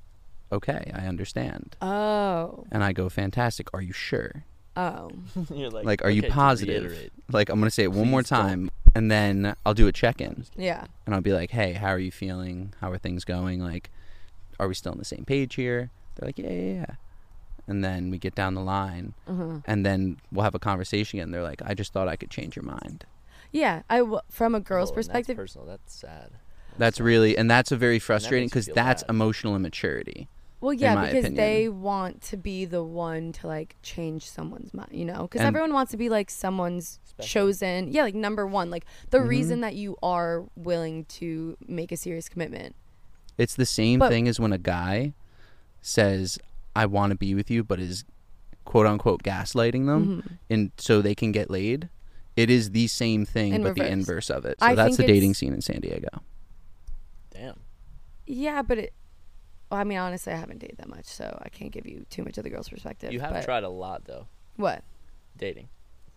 [SPEAKER 4] "Okay, I understand,"
[SPEAKER 1] Oh,
[SPEAKER 4] and I go, "Fantastic. Are you sure?
[SPEAKER 1] oh,
[SPEAKER 2] You're like,
[SPEAKER 4] Like, are you
[SPEAKER 2] okay, to
[SPEAKER 4] positive?
[SPEAKER 2] reiterate.
[SPEAKER 4] Like, I'm gonna say it one more
[SPEAKER 2] Please don't.
[SPEAKER 4] time, and then I'll do a check-in,
[SPEAKER 1] yeah,
[SPEAKER 4] and I'll be like, "Hey, how are you feeling? How are things going? Like, are we still on the same page here?" They're like, "Yeah, yeah, yeah," and then we get down the line,
[SPEAKER 1] uh-huh.
[SPEAKER 4] and then we'll have a conversation, and they're like, "I just thought I could change your mind."
[SPEAKER 1] yeah. I w- from a girl's
[SPEAKER 2] Oh, and that's
[SPEAKER 1] perspective,
[SPEAKER 2] personal. That's sad.
[SPEAKER 4] That's really, and that's a very
[SPEAKER 2] makes
[SPEAKER 4] frustrating
[SPEAKER 2] you
[SPEAKER 4] because
[SPEAKER 2] feel
[SPEAKER 4] that's
[SPEAKER 2] bad.
[SPEAKER 4] emotional immaturity.
[SPEAKER 1] Well, yeah,
[SPEAKER 4] my
[SPEAKER 1] because
[SPEAKER 4] opinion.
[SPEAKER 1] they want to be the one to like change someone's mind, you know? Because
[SPEAKER 4] And-
[SPEAKER 1] everyone wants to be like someone's
[SPEAKER 2] Special.
[SPEAKER 1] chosen, yeah, like number one, like the
[SPEAKER 4] Mhm.
[SPEAKER 1] reason that you are willing to make a serious commitment.
[SPEAKER 4] It's the same
[SPEAKER 1] But-
[SPEAKER 4] thing as when a guy says, "I want to be with you," but is quote unquote gaslighting them,
[SPEAKER 1] Mm-hmm.
[SPEAKER 4] and so they can get laid. It is the same thing,
[SPEAKER 1] In
[SPEAKER 4] but the
[SPEAKER 1] reverse.
[SPEAKER 4] inverse of it. So
[SPEAKER 1] I
[SPEAKER 4] that's the
[SPEAKER 1] think
[SPEAKER 4] dating
[SPEAKER 1] it's-
[SPEAKER 4] scene in San Diego.
[SPEAKER 2] Damn.
[SPEAKER 1] Yeah, but it. Well, I mean, honestly, I haven't dated that much, so I can't give you too much of the girl's perspective.
[SPEAKER 2] You have
[SPEAKER 1] but
[SPEAKER 2] tried a lot though.
[SPEAKER 1] What?
[SPEAKER 2] Dating.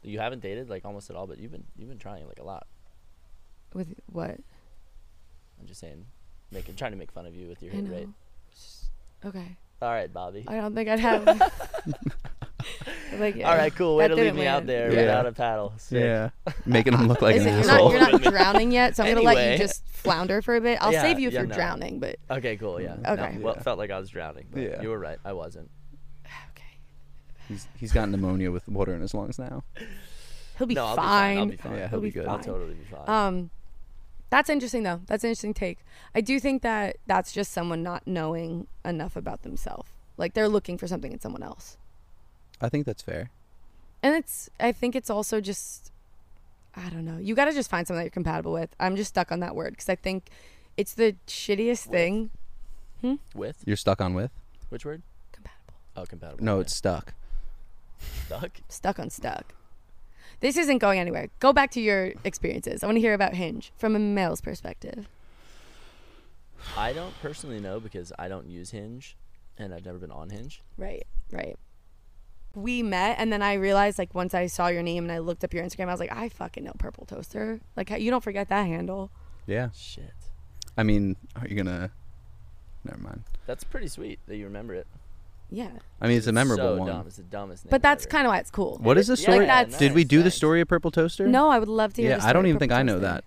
[SPEAKER 2] You haven't dated like almost at all, but you've been you've been trying like a lot.
[SPEAKER 1] With what?
[SPEAKER 2] I'm just saying, making trying to make fun of you with your
[SPEAKER 1] I
[SPEAKER 2] hit
[SPEAKER 1] know.
[SPEAKER 2] rate.
[SPEAKER 1] Okay.
[SPEAKER 2] All right, Bobby.
[SPEAKER 1] I
[SPEAKER 2] *laughs*
[SPEAKER 1] don't think I'd
[SPEAKER 4] *laughs*
[SPEAKER 1] have. *laughs* like,
[SPEAKER 2] All right, cool. Way
[SPEAKER 1] that
[SPEAKER 2] to leave
[SPEAKER 1] didn't
[SPEAKER 2] me out
[SPEAKER 1] land.
[SPEAKER 2] there
[SPEAKER 4] Yeah.
[SPEAKER 2] without a paddle. Sick. *laughs*
[SPEAKER 4] making them look like an
[SPEAKER 1] Listen, you're
[SPEAKER 4] asshole.
[SPEAKER 1] not, you're
[SPEAKER 4] *laughs*
[SPEAKER 1] not drowning yet, so I'm gonna let
[SPEAKER 2] Anyway.
[SPEAKER 1] you just flounder for a bit. I'll
[SPEAKER 2] Yeah,
[SPEAKER 1] save you if
[SPEAKER 2] yeah,
[SPEAKER 1] you're
[SPEAKER 2] no.
[SPEAKER 1] drowning, but
[SPEAKER 2] Okay, cool. Yeah.
[SPEAKER 1] Okay.
[SPEAKER 2] No, well,
[SPEAKER 4] Yeah.
[SPEAKER 2] it felt like I was drowning. But
[SPEAKER 4] Yeah.
[SPEAKER 2] You were right. I wasn't.
[SPEAKER 1] okay,
[SPEAKER 4] he's, he's got pneumonia with water in his lungs now.
[SPEAKER 1] he'll be
[SPEAKER 2] no, I'll
[SPEAKER 1] fine.
[SPEAKER 2] be fine. I'll be fine.
[SPEAKER 4] Yeah, he'll be
[SPEAKER 1] be
[SPEAKER 4] good.
[SPEAKER 2] I'll
[SPEAKER 1] fine.
[SPEAKER 2] totally be fine.
[SPEAKER 1] Um, that's interesting though. That's an interesting take. I do think that that's just someone not knowing enough about themselves. Like they're looking for something in someone else,
[SPEAKER 4] I think that's fair.
[SPEAKER 1] and it's. I think it's also just. I don't know. You gotta just find someone that you're compatible with. I'm just stuck on that word because I think it's the shittiest
[SPEAKER 2] With.
[SPEAKER 1] thing.
[SPEAKER 2] with
[SPEAKER 4] You're stuck on with?
[SPEAKER 2] which word?
[SPEAKER 1] Compatible.
[SPEAKER 2] Oh, compatible.
[SPEAKER 4] No,
[SPEAKER 2] okay.
[SPEAKER 4] it's stuck.
[SPEAKER 2] stuck.
[SPEAKER 1] Stuck on stuck. This isn't going anywhere. Go back to your experiences. I want to hear about Hinge from a male's perspective.
[SPEAKER 2] I don't personally know because I don't use Hinge, and I've never been on Hinge.
[SPEAKER 1] Right, right. We met, and then I realized, like, once I saw your name and I looked up your Instagram, I was like, I fucking know Purple Toaster. Like, how- you don't forget that handle.
[SPEAKER 4] Yeah.
[SPEAKER 2] Shit.
[SPEAKER 4] I mean, are you gonna? Never mind.
[SPEAKER 2] That's pretty sweet that you remember it.
[SPEAKER 1] Yeah.
[SPEAKER 4] I mean, it's a memorable
[SPEAKER 2] so
[SPEAKER 4] one.
[SPEAKER 2] Dumb. It's the dumbest name.
[SPEAKER 1] But that's
[SPEAKER 2] ever.
[SPEAKER 1] kind of why it's cool.
[SPEAKER 4] What is the
[SPEAKER 2] Yeah,
[SPEAKER 4] story?
[SPEAKER 1] that's-
[SPEAKER 4] Did we
[SPEAKER 2] nice,
[SPEAKER 4] do the
[SPEAKER 2] thanks.
[SPEAKER 4] story of Purple Toaster?
[SPEAKER 1] No, I would love to hear
[SPEAKER 4] Yeah,
[SPEAKER 1] the
[SPEAKER 4] I don't
[SPEAKER 1] story of
[SPEAKER 4] even think
[SPEAKER 1] Purple
[SPEAKER 4] I know
[SPEAKER 1] Toaster.
[SPEAKER 4] that.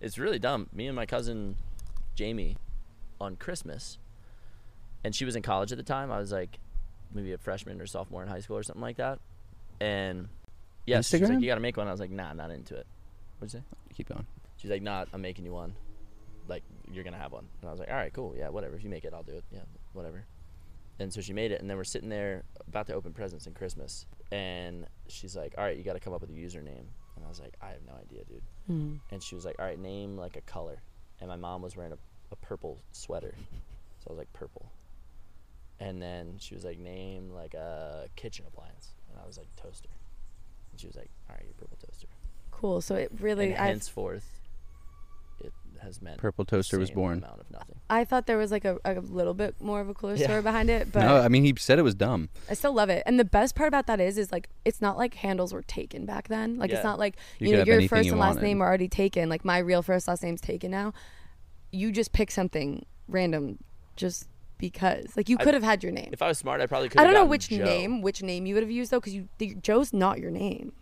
[SPEAKER 2] It's really dumb. Me and my cousin Jamie on Christmas, and she was in college at the time. I was like maybe a freshman or sophomore in high school or something like that. And yeah, she was
[SPEAKER 4] Instagram?
[SPEAKER 2] like, "You got to make one." I was like, "Nah, not into it." What'd you say?
[SPEAKER 4] Keep going.
[SPEAKER 2] She's like, "Nah, I'm making you one. Like, you're gonna have one." And I was like, "All right, cool. Yeah, whatever. If you make it, I'll do it. Yeah, whatever." And so she made it, and then we're sitting there about to open presents in Christmas, and she's like, "All right, you got to come up with a username." And I was like, "I have no idea, dude."
[SPEAKER 1] Mm.
[SPEAKER 2] and she was like, "All right, name like a color." And my mom was wearing a, a purple sweater, so I was like, "Purple." And then she was like, "Name like a kitchen appliance," and I was like, "Toaster." And she was like, "All right, you're purple toaster."
[SPEAKER 1] Cool. So it
[SPEAKER 2] And
[SPEAKER 1] really, I
[SPEAKER 2] henceforth, it has meant
[SPEAKER 4] Purple Toaster was
[SPEAKER 2] same
[SPEAKER 4] born.
[SPEAKER 2] Amount of nothing.
[SPEAKER 1] I thought there was like a, a little bit more of a cooler
[SPEAKER 2] Yeah.
[SPEAKER 1] story behind it, but
[SPEAKER 4] *laughs* no, I mean he said it was dumb.
[SPEAKER 1] I still love it. And the best part about that is, is like it's not like handles were taken back then. Like
[SPEAKER 2] Yeah.
[SPEAKER 1] it's not like
[SPEAKER 4] You
[SPEAKER 1] you,
[SPEAKER 4] could
[SPEAKER 1] know
[SPEAKER 4] have
[SPEAKER 1] your
[SPEAKER 4] anything
[SPEAKER 1] first
[SPEAKER 4] you
[SPEAKER 1] and last
[SPEAKER 4] wanted.
[SPEAKER 1] name are already taken. Like my real first last name's taken now. You just pick something random, just because. Like you
[SPEAKER 2] I-
[SPEAKER 1] could have had your name.
[SPEAKER 2] If I was smart, I probably could.
[SPEAKER 1] I don't know which name, which name you would have used though, because you the, Joe's not your name.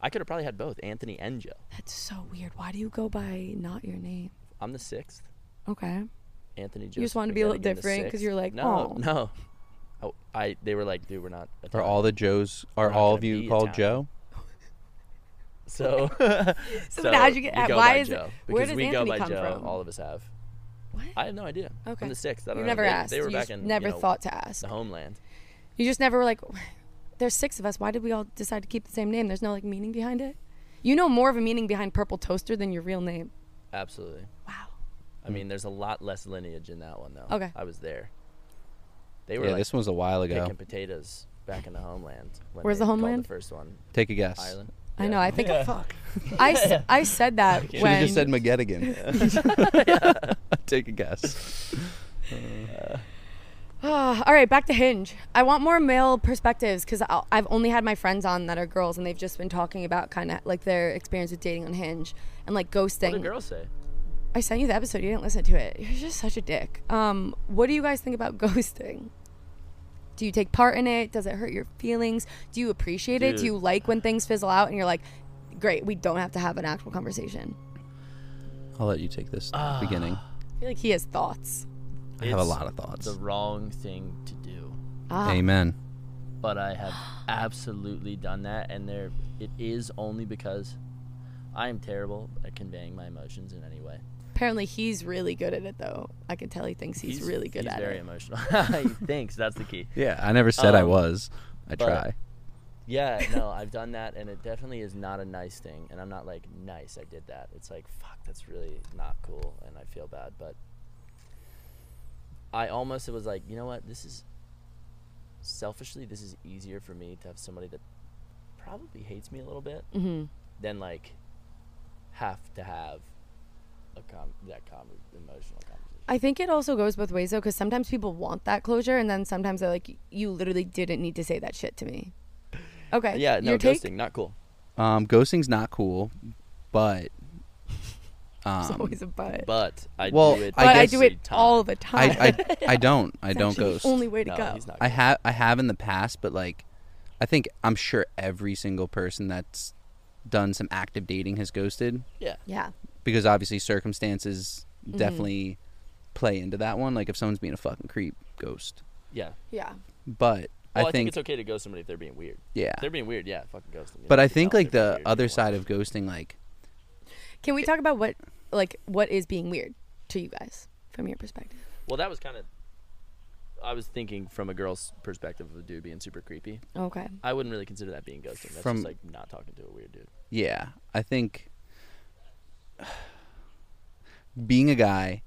[SPEAKER 2] I could have probably had both Anthony and Joe.
[SPEAKER 1] That's so weird. Why do you go by not your name?
[SPEAKER 2] I'm the sixth.
[SPEAKER 1] Okay.
[SPEAKER 2] Anthony. Joseph,
[SPEAKER 1] You just wanted to be a little
[SPEAKER 2] McGinnigan the
[SPEAKER 1] different 'cause
[SPEAKER 2] sixth.
[SPEAKER 1] you're like,
[SPEAKER 2] no,
[SPEAKER 1] "Oh."
[SPEAKER 2] no. Oh, I. They were like, dude, we're not.
[SPEAKER 4] Are
[SPEAKER 2] Italian."
[SPEAKER 4] all the Joes? Are
[SPEAKER 2] We're not
[SPEAKER 4] all
[SPEAKER 2] gonna
[SPEAKER 4] of you
[SPEAKER 2] be
[SPEAKER 4] called
[SPEAKER 2] Italian.
[SPEAKER 4] Joe? *laughs*
[SPEAKER 2] So, *laughs*
[SPEAKER 1] So, how'd you get?
[SPEAKER 2] we go
[SPEAKER 1] why
[SPEAKER 2] by
[SPEAKER 1] is
[SPEAKER 2] Joe,
[SPEAKER 1] where
[SPEAKER 2] because
[SPEAKER 1] does
[SPEAKER 2] we
[SPEAKER 1] Anthony
[SPEAKER 2] go by
[SPEAKER 1] come
[SPEAKER 2] Joe.
[SPEAKER 1] from?
[SPEAKER 2] All of us have.
[SPEAKER 1] What?
[SPEAKER 2] I have no idea.
[SPEAKER 1] Okay.
[SPEAKER 2] I'm the sixth. I
[SPEAKER 1] You
[SPEAKER 2] don't know.
[SPEAKER 1] never
[SPEAKER 2] They-
[SPEAKER 1] asked.
[SPEAKER 2] They were
[SPEAKER 1] you
[SPEAKER 2] back
[SPEAKER 1] just
[SPEAKER 2] in
[SPEAKER 1] never
[SPEAKER 2] you know,
[SPEAKER 1] thought to ask.
[SPEAKER 2] the homeland.
[SPEAKER 1] You just never were like, *sighs* there's six of us. Why did we all decide to keep the same name? There's no like meaning behind it. You know more of a meaning behind Purple Toaster than your real name.
[SPEAKER 2] Absolutely.
[SPEAKER 1] Wow.
[SPEAKER 4] Hmm.
[SPEAKER 2] I mean, there's a lot less lineage in that one though.
[SPEAKER 1] Okay.
[SPEAKER 2] I was there. They were
[SPEAKER 4] Yeah,
[SPEAKER 2] like
[SPEAKER 4] this one was a while ago.
[SPEAKER 2] picking potatoes back in the homeland. when
[SPEAKER 1] Where's
[SPEAKER 2] they
[SPEAKER 1] the
[SPEAKER 2] called
[SPEAKER 1] homeland?
[SPEAKER 2] The first one,
[SPEAKER 4] Take a guess.
[SPEAKER 2] Ireland.
[SPEAKER 1] I know. I think
[SPEAKER 2] *laughs* fuck.
[SPEAKER 1] *laughs* I, s- I said
[SPEAKER 4] *laughs*
[SPEAKER 1] that
[SPEAKER 4] Should
[SPEAKER 1] when
[SPEAKER 4] have just
[SPEAKER 1] *sighs*
[SPEAKER 4] said McGettigan. *laughs* Take a guess.
[SPEAKER 1] all right, back to Hinge. I want more male perspectives because I've only had my friends on that are girls, and they've just been talking about kind of like their experience with dating on Hinge and like ghosting.
[SPEAKER 2] What did girls say?
[SPEAKER 1] I sent you the episode. You didn't listen to it. You're just such a dick. Um, what do you guys think about *laughs* ghosting? Do you take part in it? Does it hurt your feelings? Do you appreciate it? Do
[SPEAKER 2] Dude.
[SPEAKER 1] you like when things fizzle out and you're like, great, we don't have to have an actual conversation?
[SPEAKER 4] I'll let you take this beginning.
[SPEAKER 1] I feel like he has thoughts.
[SPEAKER 4] I have a
[SPEAKER 2] It's
[SPEAKER 4] lot of thoughts.
[SPEAKER 2] The wrong thing to do.
[SPEAKER 1] Ah,
[SPEAKER 4] Amen.
[SPEAKER 2] but
[SPEAKER 1] *sighs*
[SPEAKER 2] I have absolutely done that, and there it is only because I am terrible at conveying my emotions in any way.
[SPEAKER 1] apparently he's really good at it though. I can tell he thinks he's, really good
[SPEAKER 2] he's
[SPEAKER 1] at
[SPEAKER 2] very
[SPEAKER 1] it.
[SPEAKER 2] emotional. *laughs* he thinks that's the key.
[SPEAKER 4] Yeah, I never said I
[SPEAKER 2] Um,
[SPEAKER 4] was. I
[SPEAKER 2] but-
[SPEAKER 4] try.
[SPEAKER 2] Yeah, no, I've done that, and it definitely is not a nice thing. And I'm not like nice. I did that. It's like fuck, that's really not cool, and I feel bad. But I almost was like, you know what? This is selfishly, this is easier for me to have somebody that probably hates me a little bit
[SPEAKER 1] Mhm.
[SPEAKER 2] than like have to have a com- that com- emotional conversation.
[SPEAKER 1] I think it also goes both ways though, because sometimes people want that closure, and then sometimes they're like, you literally didn't need to say that shit to me. Okay.
[SPEAKER 2] Yeah, no
[SPEAKER 1] your take? *laughs*
[SPEAKER 2] ghosting, not cool.
[SPEAKER 4] Um, ghosting's not cool, *laughs* but
[SPEAKER 1] There's
[SPEAKER 4] um,
[SPEAKER 1] always a but.
[SPEAKER 2] But I
[SPEAKER 4] Well,
[SPEAKER 2] do it.
[SPEAKER 4] I
[SPEAKER 1] but I
[SPEAKER 4] guess-
[SPEAKER 1] do it all the time.
[SPEAKER 4] I, I I don't I
[SPEAKER 1] It's
[SPEAKER 4] don't
[SPEAKER 1] actually
[SPEAKER 4] ghost.
[SPEAKER 1] The only way to
[SPEAKER 2] no,
[SPEAKER 1] go.
[SPEAKER 2] He's not
[SPEAKER 4] I
[SPEAKER 2] cool.
[SPEAKER 4] have I have in the past, but like I think I'm sure every single person that's done some active dating has ghosted
[SPEAKER 2] yeah.
[SPEAKER 1] Yeah.
[SPEAKER 4] because obviously circumstances definitely play into that one. Like if someone's being a fucking creep, ghost.
[SPEAKER 2] Yeah.
[SPEAKER 1] Yeah.
[SPEAKER 4] But
[SPEAKER 2] Well,
[SPEAKER 4] I think,
[SPEAKER 2] it's okay to ghost somebody if they're being weird.
[SPEAKER 4] yeah.
[SPEAKER 2] If they're being weird, yeah, fucking ghost them. You
[SPEAKER 4] But
[SPEAKER 2] know,
[SPEAKER 4] I
[SPEAKER 2] if you
[SPEAKER 4] think
[SPEAKER 2] tell them
[SPEAKER 4] like
[SPEAKER 2] they're
[SPEAKER 4] the
[SPEAKER 2] being weird,
[SPEAKER 4] other
[SPEAKER 2] you don't
[SPEAKER 4] side
[SPEAKER 2] want
[SPEAKER 4] of ghosting, like
[SPEAKER 1] Can we talk about what like what is being weird to you guys from your perspective?
[SPEAKER 2] them. Well, that was kind of. I was thinking from a girl's perspective of a dude being super creepy.
[SPEAKER 1] Okay.
[SPEAKER 2] I wouldn't really consider that being ghosting. That's
[SPEAKER 4] From-
[SPEAKER 2] just like not talking to a weird dude.
[SPEAKER 4] Yeah, I think being a guy,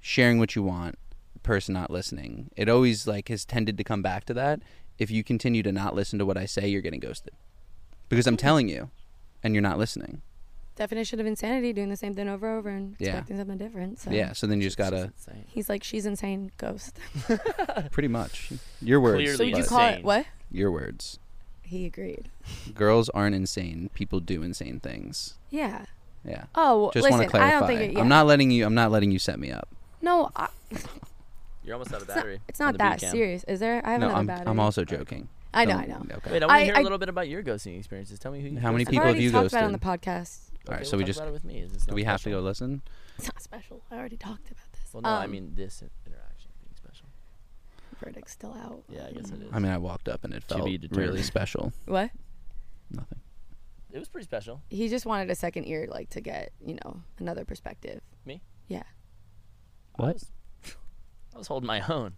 [SPEAKER 4] sharing what you want, the person not listening, it always like has tended to come back to that. If you continue to not listen to what I say, you're getting ghosted. Because
[SPEAKER 1] Mm-hmm.
[SPEAKER 4] I'm telling you and you're not listening.
[SPEAKER 1] Definition of insanity: doing the same thing over and over and
[SPEAKER 4] Yeah.
[SPEAKER 1] expecting something different. So.
[SPEAKER 4] Yeah, so then you just
[SPEAKER 2] It's
[SPEAKER 4] gotta
[SPEAKER 2] insane.
[SPEAKER 1] He's like, she's insane, ghost.
[SPEAKER 4] pretty much your words.
[SPEAKER 2] Clearly
[SPEAKER 1] So would you
[SPEAKER 2] But-
[SPEAKER 4] bud.
[SPEAKER 1] call it
[SPEAKER 2] Insane.
[SPEAKER 1] what?
[SPEAKER 4] your words.
[SPEAKER 1] He agreed.
[SPEAKER 4] Girls aren't insane. People do insane things.
[SPEAKER 1] Yeah.
[SPEAKER 4] Yeah.
[SPEAKER 1] Oh,
[SPEAKER 4] Just
[SPEAKER 1] listen.
[SPEAKER 4] want to clarify.
[SPEAKER 1] I don't think it, yeah.
[SPEAKER 4] I'm not letting you I'm not letting you set me up.
[SPEAKER 1] No, I,
[SPEAKER 2] You're almost out of
[SPEAKER 4] *laughs*
[SPEAKER 1] it's not,
[SPEAKER 2] battery.
[SPEAKER 1] it's
[SPEAKER 2] on
[SPEAKER 1] not
[SPEAKER 2] the
[SPEAKER 1] that
[SPEAKER 2] B-cam.
[SPEAKER 1] serious. Is there? I have
[SPEAKER 4] No,
[SPEAKER 1] another
[SPEAKER 4] I'm
[SPEAKER 1] battery.
[SPEAKER 4] I'm also joking.
[SPEAKER 1] I know.
[SPEAKER 4] Don't-
[SPEAKER 1] I know.
[SPEAKER 4] Okay.
[SPEAKER 2] Wait, I want to
[SPEAKER 1] I-
[SPEAKER 2] hear a
[SPEAKER 1] I-
[SPEAKER 2] little bit about your ghosting experiences. Tell me who. You
[SPEAKER 4] How many
[SPEAKER 2] ghosted.
[SPEAKER 1] I've
[SPEAKER 4] people
[SPEAKER 1] already
[SPEAKER 4] have you
[SPEAKER 1] talked about it on the
[SPEAKER 4] ghosted?
[SPEAKER 1] podcast.
[SPEAKER 4] All
[SPEAKER 2] Okay,
[SPEAKER 4] right,
[SPEAKER 2] we'll
[SPEAKER 4] so we
[SPEAKER 2] talk
[SPEAKER 4] just
[SPEAKER 2] about it with me. Is this
[SPEAKER 4] do
[SPEAKER 2] not
[SPEAKER 4] we have to
[SPEAKER 2] special?
[SPEAKER 4] go listen?
[SPEAKER 1] It's not special. I already talked about this.
[SPEAKER 2] Well, no, I
[SPEAKER 1] Um,
[SPEAKER 2] mean this in- interaction being special.
[SPEAKER 1] verdict's still out.
[SPEAKER 2] Yeah, I guess it is.
[SPEAKER 4] I mean, I walked up and it
[SPEAKER 2] To
[SPEAKER 4] felt
[SPEAKER 2] be
[SPEAKER 4] really
[SPEAKER 2] determined.
[SPEAKER 4] special.
[SPEAKER 1] Mm-hmm. What?
[SPEAKER 4] Nothing.
[SPEAKER 2] it was pretty special.
[SPEAKER 1] He just wanted a second ear, like to get you know another perspective.
[SPEAKER 2] Me?
[SPEAKER 1] Yeah.
[SPEAKER 2] I
[SPEAKER 4] What?
[SPEAKER 2] was, I was holding my own.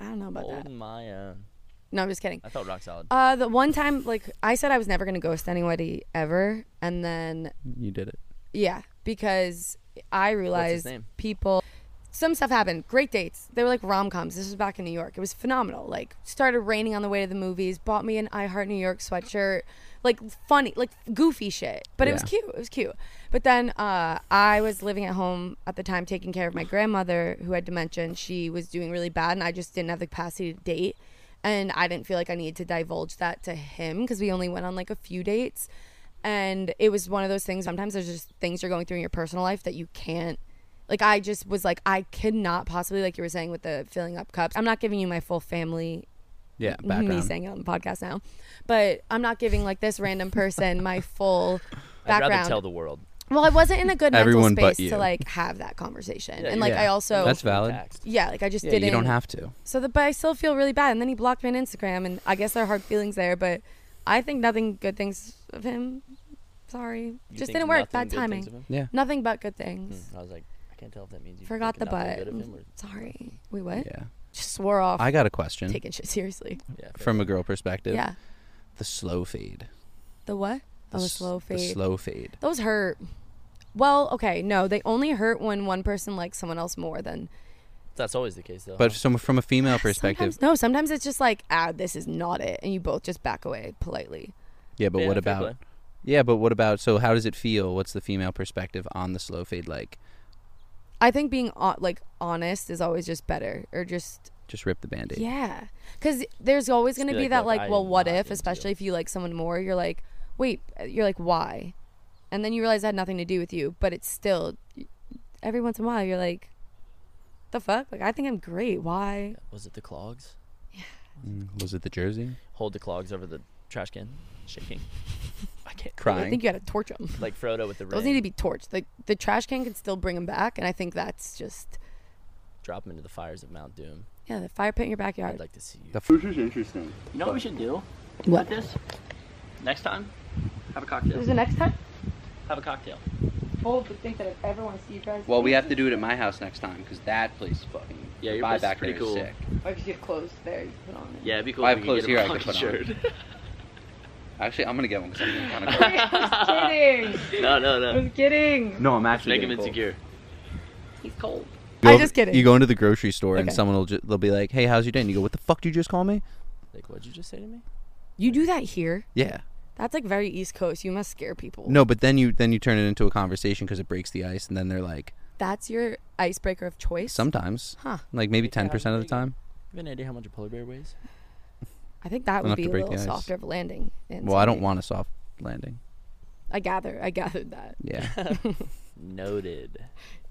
[SPEAKER 1] I don't know about that.
[SPEAKER 2] Holding my own.
[SPEAKER 1] No, I'm just kidding.
[SPEAKER 2] I felt rock solid.
[SPEAKER 1] Uh, the one time, like I said, I was never gonna ghost anybody ever, and then
[SPEAKER 4] You did it.
[SPEAKER 1] yeah, because I realized
[SPEAKER 2] name?
[SPEAKER 1] people. Some stuff happened. Great dates. They were like rom coms. This was back in New York. It was phenomenal. Like started raining on the way to the movies. Bought me an I Heart New York sweatshirt. like funny, like goofy shit. But it was
[SPEAKER 4] Yeah.
[SPEAKER 1] cute. It was cute. But then uh, I was living at home at the time, taking care of my grandmother who had dementia. And she was doing really bad, and I just didn't have the capacity to date. And I didn't feel like I needed to divulge that to him because we only went on like a few dates. And it was one of those things. Sometimes there's just things you're going through in your personal life that you can't like I just was like I could not possibly like you were saying with the filling up cups. I'm not giving you my full family
[SPEAKER 4] Yeah,
[SPEAKER 1] me
[SPEAKER 4] background.
[SPEAKER 1] Mm-hmm. saying it on the podcast now. But I'm not giving like this random person my full
[SPEAKER 2] I'd rather tell
[SPEAKER 1] background.
[SPEAKER 2] the world.
[SPEAKER 1] Well, I wasn't in a good
[SPEAKER 4] Everyone
[SPEAKER 1] mental
[SPEAKER 4] but
[SPEAKER 1] space
[SPEAKER 4] you.
[SPEAKER 1] to like have that conversation.
[SPEAKER 2] Yeah,
[SPEAKER 1] and
[SPEAKER 2] you're
[SPEAKER 1] like
[SPEAKER 4] right.
[SPEAKER 1] I also
[SPEAKER 4] That's valid.
[SPEAKER 2] Taxed.
[SPEAKER 1] yeah, like I just
[SPEAKER 4] Yeah,
[SPEAKER 1] didn't
[SPEAKER 4] you don't have to.
[SPEAKER 1] so the, but I still feel really bad. And then he blocked me on Instagram, and I guess there are hard feelings there. But I think nothing good things of him. Sorry,
[SPEAKER 2] You
[SPEAKER 1] just
[SPEAKER 2] think
[SPEAKER 1] didn't work.
[SPEAKER 2] nothing
[SPEAKER 1] Bad
[SPEAKER 2] good things
[SPEAKER 1] timing.
[SPEAKER 2] of him?
[SPEAKER 4] Yeah.
[SPEAKER 1] Nothing but good things.
[SPEAKER 2] Hmm, I was like, I can't tell if that means you
[SPEAKER 1] Forgot
[SPEAKER 2] think
[SPEAKER 1] the
[SPEAKER 2] nothing
[SPEAKER 1] butt.
[SPEAKER 2] good of him or-
[SPEAKER 1] Sorry. We what?
[SPEAKER 4] Yeah.
[SPEAKER 1] Just swore off
[SPEAKER 4] I got a question
[SPEAKER 1] taking shit seriously.
[SPEAKER 2] yeah, fair.
[SPEAKER 4] from a girl perspective.
[SPEAKER 1] Yeah.
[SPEAKER 4] The slow fade.
[SPEAKER 1] The what? Oh, the
[SPEAKER 4] s-
[SPEAKER 1] slow fade.
[SPEAKER 4] The slow fade.
[SPEAKER 1] Those hurt. Well, okay, no, they only hurt when one person likes someone else more than.
[SPEAKER 2] That's always the case though.
[SPEAKER 4] But from from a female
[SPEAKER 1] *laughs*
[SPEAKER 4] perspective,
[SPEAKER 1] Sometimes, no, sometimes it's just like, ah, this is not it, and you both just back away politely.
[SPEAKER 4] yeah. But
[SPEAKER 2] Yeah,
[SPEAKER 4] what
[SPEAKER 2] fair
[SPEAKER 4] about?
[SPEAKER 2] play.
[SPEAKER 4] Yeah, but what about? So how does it feel? What's the female perspective on the slow fade like?
[SPEAKER 1] I think being ho- like honest is always just better, or just
[SPEAKER 4] Just rip the band-aid.
[SPEAKER 1] yeah, because there's always
[SPEAKER 2] Just
[SPEAKER 1] gonna be,
[SPEAKER 2] be like,
[SPEAKER 1] that
[SPEAKER 2] "Look,
[SPEAKER 1] like,
[SPEAKER 2] I
[SPEAKER 1] well,
[SPEAKER 2] am
[SPEAKER 1] what
[SPEAKER 2] not
[SPEAKER 1] if?
[SPEAKER 2] into
[SPEAKER 1] Especially
[SPEAKER 2] you.
[SPEAKER 1] if you like someone more, you're like, wait, uh, you're like, why? And then you realize it had nothing to do with you, but it's still. Every once in a while, you're like, the fuck? Like, I think I'm great. Why?
[SPEAKER 2] was it the clogs?
[SPEAKER 4] Mm, was it the jersey?
[SPEAKER 2] Hold the clogs over the trash can, shaking. *laughs* I can't.
[SPEAKER 1] I
[SPEAKER 4] Crying.
[SPEAKER 1] think you had to torch them.
[SPEAKER 2] *laughs* Like Frodo with the ring.
[SPEAKER 1] Those need to be torched. The the trash can can still bring them back, and I think that's just
[SPEAKER 2] Drop them into the fires of Mount Doom.
[SPEAKER 1] yeah, the fire pit in your
[SPEAKER 2] I'd
[SPEAKER 1] backyard.
[SPEAKER 2] like to see you.
[SPEAKER 4] The
[SPEAKER 5] This is interesting.
[SPEAKER 6] You know what we should do with
[SPEAKER 1] What?
[SPEAKER 6] this? Next time, have a cocktail.
[SPEAKER 1] the next time?
[SPEAKER 6] Have a cocktail.
[SPEAKER 1] Bold to think that if ever want to see you guys.
[SPEAKER 4] Well, we have to do it at my house next time because that place is fucking.
[SPEAKER 6] Yeah,
[SPEAKER 4] the
[SPEAKER 6] your place is
[SPEAKER 4] buyback
[SPEAKER 6] pretty
[SPEAKER 4] rate
[SPEAKER 6] cool.
[SPEAKER 4] sick.
[SPEAKER 1] Or if you have clothes there, you put on.
[SPEAKER 6] Yeah, it'd be cool.
[SPEAKER 4] I
[SPEAKER 6] if
[SPEAKER 4] have
[SPEAKER 6] we
[SPEAKER 4] clothes
[SPEAKER 6] could
[SPEAKER 4] here
[SPEAKER 6] get
[SPEAKER 4] I
[SPEAKER 6] him a
[SPEAKER 4] could put
[SPEAKER 6] hockey shirt.
[SPEAKER 4] Actually, I'm gonna get one because I'm kind of.
[SPEAKER 1] kidding.
[SPEAKER 6] no, no, no.
[SPEAKER 1] was kidding.
[SPEAKER 4] no, I'm actually.
[SPEAKER 6] Make him
[SPEAKER 4] getting cold.
[SPEAKER 6] insecure. He's cold.
[SPEAKER 1] I'm just kidding.
[SPEAKER 4] You go into the grocery store and
[SPEAKER 1] Okay.
[SPEAKER 4] someone will ju- they'll be like, "Hey, how's your day?" And you go, "What the fuck did you just call me?"
[SPEAKER 2] Like, what'd you just say to me?
[SPEAKER 1] You do that here?
[SPEAKER 4] Yeah.
[SPEAKER 1] That's like very East Coast. You must scare people.
[SPEAKER 4] No, but then you then you turn it into a conversation because it breaks the ice, and then they're like,
[SPEAKER 1] That's your icebreaker of choice.
[SPEAKER 4] sometimes,
[SPEAKER 1] Huh.
[SPEAKER 4] like maybe
[SPEAKER 2] Yeah, I
[SPEAKER 4] ten percent of the
[SPEAKER 2] was thinking.
[SPEAKER 4] time.
[SPEAKER 2] You have an idea how much a polar bear weighs?
[SPEAKER 1] I think that would
[SPEAKER 4] Enough
[SPEAKER 1] be
[SPEAKER 4] to
[SPEAKER 1] a
[SPEAKER 4] break the
[SPEAKER 1] little
[SPEAKER 4] ice.
[SPEAKER 1] softer of a landing. in
[SPEAKER 4] Well, I don't
[SPEAKER 1] somebody.
[SPEAKER 4] want a soft landing.
[SPEAKER 1] I gather. I gathered that. *laughs*
[SPEAKER 4] Yeah.
[SPEAKER 2] Noted.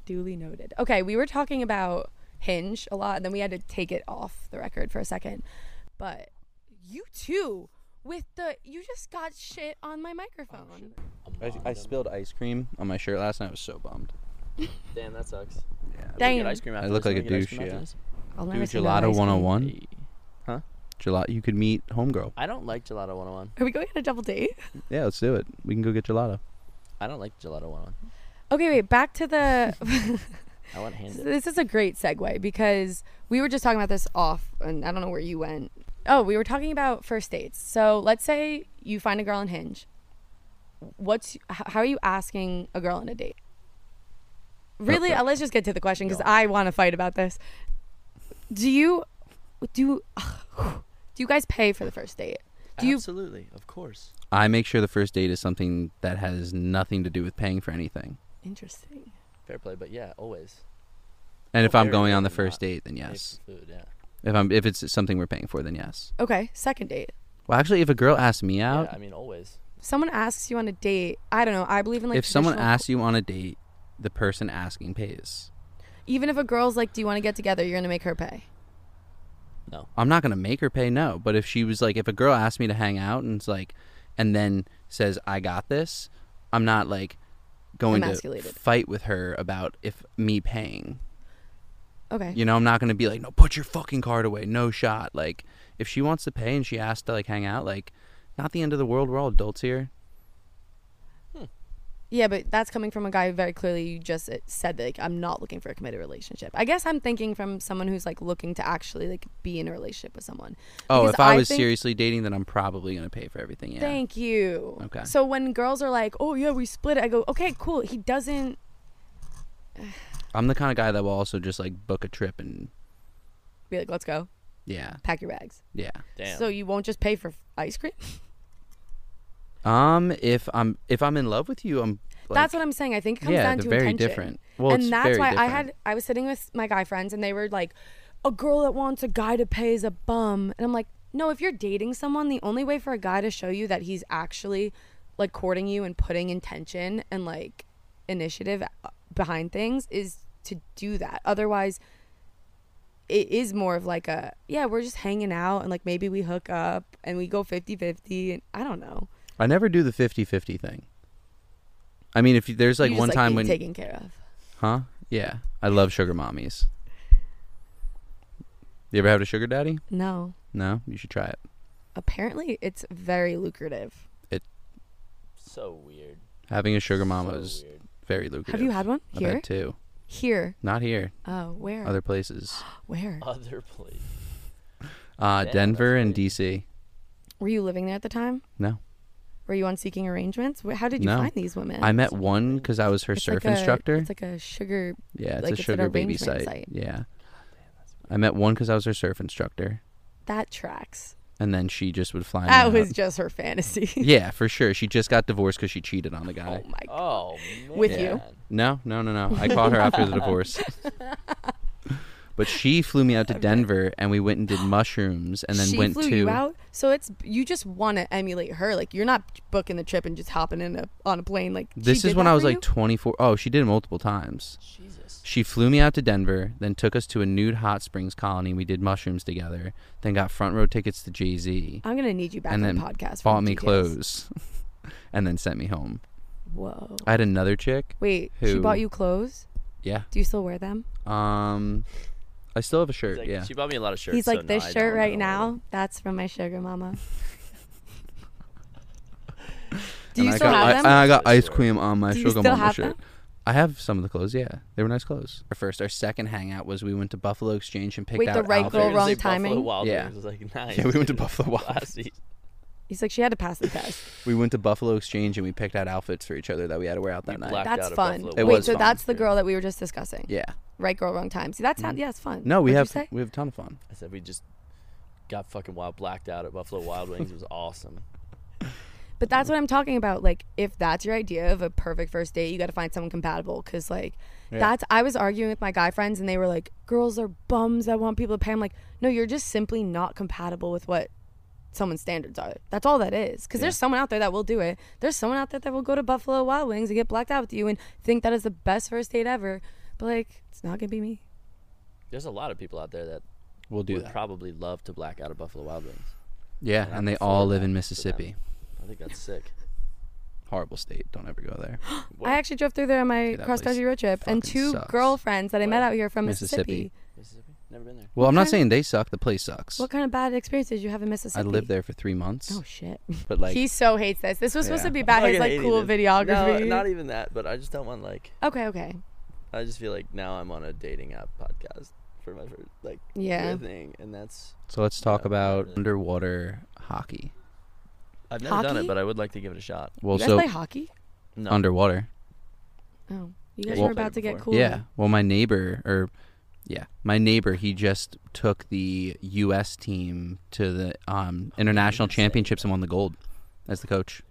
[SPEAKER 1] Duly noted. Okay, we were talking about Hinge a lot, and then we had to take it off the record for a second. But you too, with the you just got shit on my microphone.
[SPEAKER 4] I, I spilled ice cream on my shirt last night. I was so bummed.
[SPEAKER 2] Damn, that sucks.
[SPEAKER 1] Damn.
[SPEAKER 2] We get ice cream
[SPEAKER 4] I
[SPEAKER 2] after
[SPEAKER 4] look
[SPEAKER 2] this.
[SPEAKER 4] like
[SPEAKER 2] We
[SPEAKER 4] a
[SPEAKER 2] get ice cream
[SPEAKER 4] douche,
[SPEAKER 2] after
[SPEAKER 4] yeah.
[SPEAKER 2] this?
[SPEAKER 1] I'll
[SPEAKER 4] Dude,
[SPEAKER 1] never say no to
[SPEAKER 4] Gelato
[SPEAKER 1] ice cream.
[SPEAKER 4] 101.
[SPEAKER 2] Hey.
[SPEAKER 4] Gelato, you could meet homegirl.
[SPEAKER 2] I don't like Gelato 101.
[SPEAKER 1] Are we going on a double date?
[SPEAKER 4] Yeah, let's do it. We can go get gelato.
[SPEAKER 2] I don't like Gelato 101.
[SPEAKER 1] Okay, wait. Back to
[SPEAKER 4] *laughs*
[SPEAKER 1] the.
[SPEAKER 2] I want handed.
[SPEAKER 1] this is a great segue because we were just talking about this off, and I don't know where you went. Oh, we were talking about first dates. So let's say you find a girl on Hinge. What's h- how are you asking a girl on a date? Really, uh, let's just get to the question because I want to fight about this. Do you do *sighs* do you guys pay for the first date? Do you
[SPEAKER 2] Absolutely, of course.
[SPEAKER 4] I make sure the first date is something that has nothing to do with paying for anything.
[SPEAKER 1] interesting?
[SPEAKER 2] Fair play, but yeah, always.
[SPEAKER 4] And if I'm
[SPEAKER 2] very
[SPEAKER 4] going on the
[SPEAKER 2] rarely
[SPEAKER 4] first
[SPEAKER 2] not
[SPEAKER 4] date, Oh, then
[SPEAKER 2] Pay for
[SPEAKER 4] yes.
[SPEAKER 2] Food, yeah.
[SPEAKER 4] If I'm if it's something we're paying for, then yes.
[SPEAKER 1] Okay, second date.
[SPEAKER 4] Well, actually, if a girl asks me out,
[SPEAKER 2] yeah, I mean, always.
[SPEAKER 1] Someone asks you on a date. I don't know. I believe in like
[SPEAKER 4] if someone
[SPEAKER 1] traditional-
[SPEAKER 4] asks you on a date, the person asking pays.
[SPEAKER 1] even if a girl's like, "Do you want to get together?" You're gonna make her pay.
[SPEAKER 4] I'm not gonna make her pay no, but if she was like, if a girl asked me to hang out and it's like, and then says I got this, I'm not like going to
[SPEAKER 1] Emasculated.
[SPEAKER 4] fight with her about if me paying.
[SPEAKER 1] Okay.
[SPEAKER 4] You know, I'm not gonna be like, no, put your fucking card away, no shot. Like, if she wants to pay and she asks to like hang out, like, not the end of the world. We're all adults here.
[SPEAKER 1] Yeah, but that's coming from a guy who very clearly you just uh, said that like I'm not looking for a committed relationship. I guess I'm thinking from someone who's like looking to actually like be in a relationship with someone.
[SPEAKER 4] Oh,
[SPEAKER 1] Because
[SPEAKER 4] if I, was
[SPEAKER 1] think-
[SPEAKER 4] seriously dating, then I'm probably gonna pay for everything. Yeah.
[SPEAKER 1] Thank you.
[SPEAKER 4] Okay.
[SPEAKER 1] So when girls are like, "Oh yeah, we split," it, I go, "Okay, cool." He doesn't.
[SPEAKER 4] I'm the kind of guy that will also just like book a trip and
[SPEAKER 1] Be like, "Let's go.
[SPEAKER 4] yeah,
[SPEAKER 1] Pack your bags."
[SPEAKER 4] yeah.
[SPEAKER 2] Damn.
[SPEAKER 1] So you won't just pay for ice cream.
[SPEAKER 4] Um, if I'm if I'm in love with you, I'm. Like,
[SPEAKER 1] That's what I'm saying. I think it comes
[SPEAKER 4] yeah,
[SPEAKER 1] down
[SPEAKER 4] they're
[SPEAKER 1] to
[SPEAKER 4] very
[SPEAKER 1] intention.
[SPEAKER 4] different. Well,
[SPEAKER 1] and
[SPEAKER 4] it's
[SPEAKER 1] that's
[SPEAKER 4] very
[SPEAKER 1] why I
[SPEAKER 4] different.
[SPEAKER 1] had I was sitting with my guy friends and they were like, "A girl that wants a guy to pay is a bum." And I'm like, "No, if you're dating someone, the only way for a guy to show you that he's actually like courting you and putting intention and like initiative uh, behind things is to do that. Otherwise, it is more of like a, yeah, we're just hanging out and like maybe we hook up and we go 50-50 and I don't know.
[SPEAKER 4] I never do the 50-50 thing. I mean, if you, there's like
[SPEAKER 1] You just
[SPEAKER 4] one
[SPEAKER 1] like
[SPEAKER 4] time
[SPEAKER 1] being
[SPEAKER 4] when,
[SPEAKER 1] taken care of.
[SPEAKER 4] huh? Yeah, I love sugar mommies. You ever had a sugar daddy?
[SPEAKER 1] No.
[SPEAKER 4] No, you should try it.
[SPEAKER 1] apparently it's very lucrative.
[SPEAKER 2] So weird.
[SPEAKER 4] Having a sugar mama
[SPEAKER 2] So
[SPEAKER 4] is
[SPEAKER 2] weird.
[SPEAKER 4] very lucrative.
[SPEAKER 1] Have you had one
[SPEAKER 4] I
[SPEAKER 1] here?
[SPEAKER 4] bet too.
[SPEAKER 1] Here.
[SPEAKER 4] Not here.
[SPEAKER 1] Oh, where?
[SPEAKER 2] *gasps*
[SPEAKER 4] Other places.
[SPEAKER 1] where?
[SPEAKER 2] Other place.
[SPEAKER 4] Uh,
[SPEAKER 2] that's
[SPEAKER 4] Denver and
[SPEAKER 2] crazy.
[SPEAKER 4] DC.
[SPEAKER 1] Were you living there at the time?
[SPEAKER 4] No.
[SPEAKER 1] Were you on seeking arrangements? Wh- How did you
[SPEAKER 4] No.
[SPEAKER 1] find these women?
[SPEAKER 4] I met one because I was her
[SPEAKER 1] It's
[SPEAKER 4] surf
[SPEAKER 1] like a-
[SPEAKER 4] instructor.
[SPEAKER 1] It's like a sugar.
[SPEAKER 4] yeah, it's
[SPEAKER 1] like,
[SPEAKER 4] a
[SPEAKER 1] it's an
[SPEAKER 4] sugar baby
[SPEAKER 1] arrangement
[SPEAKER 4] site.
[SPEAKER 1] site.
[SPEAKER 4] Yeah. I met one because I was her surf instructor,
[SPEAKER 1] That tracks.
[SPEAKER 4] and then she just would fly. me
[SPEAKER 1] That
[SPEAKER 4] out.
[SPEAKER 1] was *laughs* just her fantasy.
[SPEAKER 4] *laughs* yeah, for sure. She just got divorced because she cheated on the
[SPEAKER 1] oh
[SPEAKER 4] guy.
[SPEAKER 1] my god.
[SPEAKER 2] Oh, man.
[SPEAKER 1] With you.
[SPEAKER 4] No, no, no, no. I caught her
[SPEAKER 1] *laughs*
[SPEAKER 4] after the divorce. But she flew me out to Denver, and we went
[SPEAKER 1] *gasps*
[SPEAKER 4] and did mushrooms, and then
[SPEAKER 1] she
[SPEAKER 4] went
[SPEAKER 1] flew
[SPEAKER 4] to
[SPEAKER 1] you out, so it's you just want to emulate her. Like you're not booking the trip and just hopping in a, on a plane. Like she
[SPEAKER 4] This is
[SPEAKER 1] did
[SPEAKER 4] when
[SPEAKER 1] that
[SPEAKER 4] I was
[SPEAKER 1] for
[SPEAKER 4] like
[SPEAKER 1] you?
[SPEAKER 4] 24. Oh, she did it multiple times.
[SPEAKER 2] Jesus.
[SPEAKER 4] She flew me out to Denver, then took us to a nude hot springs colony. We did mushrooms together, then got front row tickets to Jay Z,
[SPEAKER 1] I'm gonna need you back
[SPEAKER 4] and
[SPEAKER 1] on
[SPEAKER 4] then
[SPEAKER 1] the podcast. for
[SPEAKER 4] bought me
[SPEAKER 1] details.
[SPEAKER 4] clothes, *laughs* and then sent me home.
[SPEAKER 1] Whoa.
[SPEAKER 4] I had another chick.
[SPEAKER 1] Wait, she
[SPEAKER 4] Who?
[SPEAKER 1] bought you clothes?
[SPEAKER 4] Yeah.
[SPEAKER 1] Do you still wear them?
[SPEAKER 4] Um, I still have a
[SPEAKER 2] He's
[SPEAKER 4] shirt.
[SPEAKER 2] like,
[SPEAKER 4] yeah.
[SPEAKER 2] She bought me a lot of shirts.
[SPEAKER 1] He's
[SPEAKER 2] so
[SPEAKER 1] like,
[SPEAKER 2] no,
[SPEAKER 1] this
[SPEAKER 2] I
[SPEAKER 1] shirt
[SPEAKER 2] don't
[SPEAKER 1] right
[SPEAKER 2] know."
[SPEAKER 1] now, that's from my sugar
[SPEAKER 2] *laughs*
[SPEAKER 1] mama. Do
[SPEAKER 4] And
[SPEAKER 1] you
[SPEAKER 4] I
[SPEAKER 1] still
[SPEAKER 4] got, I,
[SPEAKER 1] have
[SPEAKER 4] and
[SPEAKER 1] them?
[SPEAKER 4] I got
[SPEAKER 2] Sure.
[SPEAKER 4] ice cream on my
[SPEAKER 1] Do you
[SPEAKER 4] sugar
[SPEAKER 1] still
[SPEAKER 4] mama
[SPEAKER 1] have
[SPEAKER 4] shirt.
[SPEAKER 1] them?
[SPEAKER 4] I have some of the clothes. Yeah, they were nice clothes. Our first, our second hangout was we went to Buffalo Exchange and picked
[SPEAKER 1] Wait,
[SPEAKER 4] out
[SPEAKER 1] the right
[SPEAKER 4] outfits.
[SPEAKER 1] girl,
[SPEAKER 2] You're gonna
[SPEAKER 1] wrong
[SPEAKER 2] say Buffalo
[SPEAKER 1] timing?
[SPEAKER 2] Wild
[SPEAKER 4] Yeah.
[SPEAKER 2] Wings. I was like, nice.
[SPEAKER 4] Yeah, we went to
[SPEAKER 2] dude. *laughs*
[SPEAKER 4] Buffalo Wild
[SPEAKER 2] Classy.
[SPEAKER 1] He's like, she had to pass
[SPEAKER 2] *laughs*
[SPEAKER 1] the test.
[SPEAKER 4] We went to Buffalo Exchange and we picked out outfits for each other that we had to wear out that
[SPEAKER 2] We
[SPEAKER 4] night.
[SPEAKER 2] blacked- Backed
[SPEAKER 1] That's
[SPEAKER 2] out of
[SPEAKER 1] fun.
[SPEAKER 2] Buffalo
[SPEAKER 1] Wait,
[SPEAKER 4] Wild Wings.
[SPEAKER 1] so
[SPEAKER 4] It was
[SPEAKER 1] that's
[SPEAKER 2] fun.
[SPEAKER 1] the girl that we were just discussing.
[SPEAKER 4] Yeah.
[SPEAKER 1] Right girl, wrong time. See, that's
[SPEAKER 2] Mm-hmm.
[SPEAKER 1] not, yeah, it's fun.
[SPEAKER 4] No, we
[SPEAKER 1] What'd
[SPEAKER 4] have
[SPEAKER 1] You say?
[SPEAKER 4] we have a ton of fun.
[SPEAKER 2] I said we just got fucking wild, blacked out at Buffalo Wild Wings. It was awesome.
[SPEAKER 1] But that's what I'm talking about. Like, if that's your idea of a perfect first date, you got to find someone compatible. Cause, like, that's, I was arguing with my guy friends and they were like, girls are bums that want people to pay. I'm like, no, you're just simply not compatible with what someone's standards are. That's all that is. Cause there's someone out there that will do it. There's someone out there that will go to Buffalo Wild Wings and get blacked out with you and think that is the best first date ever. But, like, it's not going to be me.
[SPEAKER 2] There's a lot of people out there that
[SPEAKER 4] We'll do
[SPEAKER 2] would
[SPEAKER 4] that.
[SPEAKER 2] probably love to black out at Buffalo Wild Wings.
[SPEAKER 4] yeah,
[SPEAKER 2] and I'm
[SPEAKER 4] and they
[SPEAKER 2] for that
[SPEAKER 4] all live
[SPEAKER 2] for
[SPEAKER 4] in
[SPEAKER 2] them.
[SPEAKER 4] Mississippi.
[SPEAKER 2] I think that's sick.
[SPEAKER 4] Horrible state. Don't ever go
[SPEAKER 1] *gasps*
[SPEAKER 4] there.
[SPEAKER 2] What?
[SPEAKER 1] I actually drove through there on my
[SPEAKER 4] Dude, that
[SPEAKER 1] cross country
[SPEAKER 4] place
[SPEAKER 1] road trip and
[SPEAKER 4] fucking
[SPEAKER 1] two
[SPEAKER 4] sucks.
[SPEAKER 1] girlfriends that I met
[SPEAKER 2] Where?
[SPEAKER 1] out here from
[SPEAKER 4] Mississippi.
[SPEAKER 1] Mississippi.
[SPEAKER 2] Mississippi? Never been there.
[SPEAKER 4] Well, I'm not
[SPEAKER 1] kinda-
[SPEAKER 4] saying they suck. The place sucks.
[SPEAKER 1] What kind of bad experience did you have in Mississippi?
[SPEAKER 4] I lived there for three months,
[SPEAKER 1] Oh shit.
[SPEAKER 4] but like
[SPEAKER 1] he so hates this. This was supposed
[SPEAKER 4] Yeah.
[SPEAKER 1] to be about his like cool videography.
[SPEAKER 2] No, not even that. But I just don't want like.
[SPEAKER 1] okay, okay.
[SPEAKER 2] I just feel like now I'm on a dating app podcast for my first like
[SPEAKER 1] Yeah.
[SPEAKER 2] thing, and that's
[SPEAKER 4] So let's talk
[SPEAKER 2] No, not
[SPEAKER 4] about
[SPEAKER 2] really.
[SPEAKER 4] underwater hockey.
[SPEAKER 2] I've never done
[SPEAKER 1] Hockey?
[SPEAKER 2] it, but I would like to give it a shot.
[SPEAKER 4] Well,
[SPEAKER 1] you guys
[SPEAKER 4] so
[SPEAKER 1] play hockey?
[SPEAKER 2] No,
[SPEAKER 4] underwater.
[SPEAKER 1] Oh. You
[SPEAKER 2] Yeah,
[SPEAKER 1] guys
[SPEAKER 2] you
[SPEAKER 1] were
[SPEAKER 2] played
[SPEAKER 1] about
[SPEAKER 2] it
[SPEAKER 1] to get
[SPEAKER 2] before.
[SPEAKER 1] cool.
[SPEAKER 4] Yeah. Well, my neighbor, or yeah, my neighbor, he just took the U.S. team to the um, international
[SPEAKER 2] didn't say
[SPEAKER 4] championships and won the gold as the coach.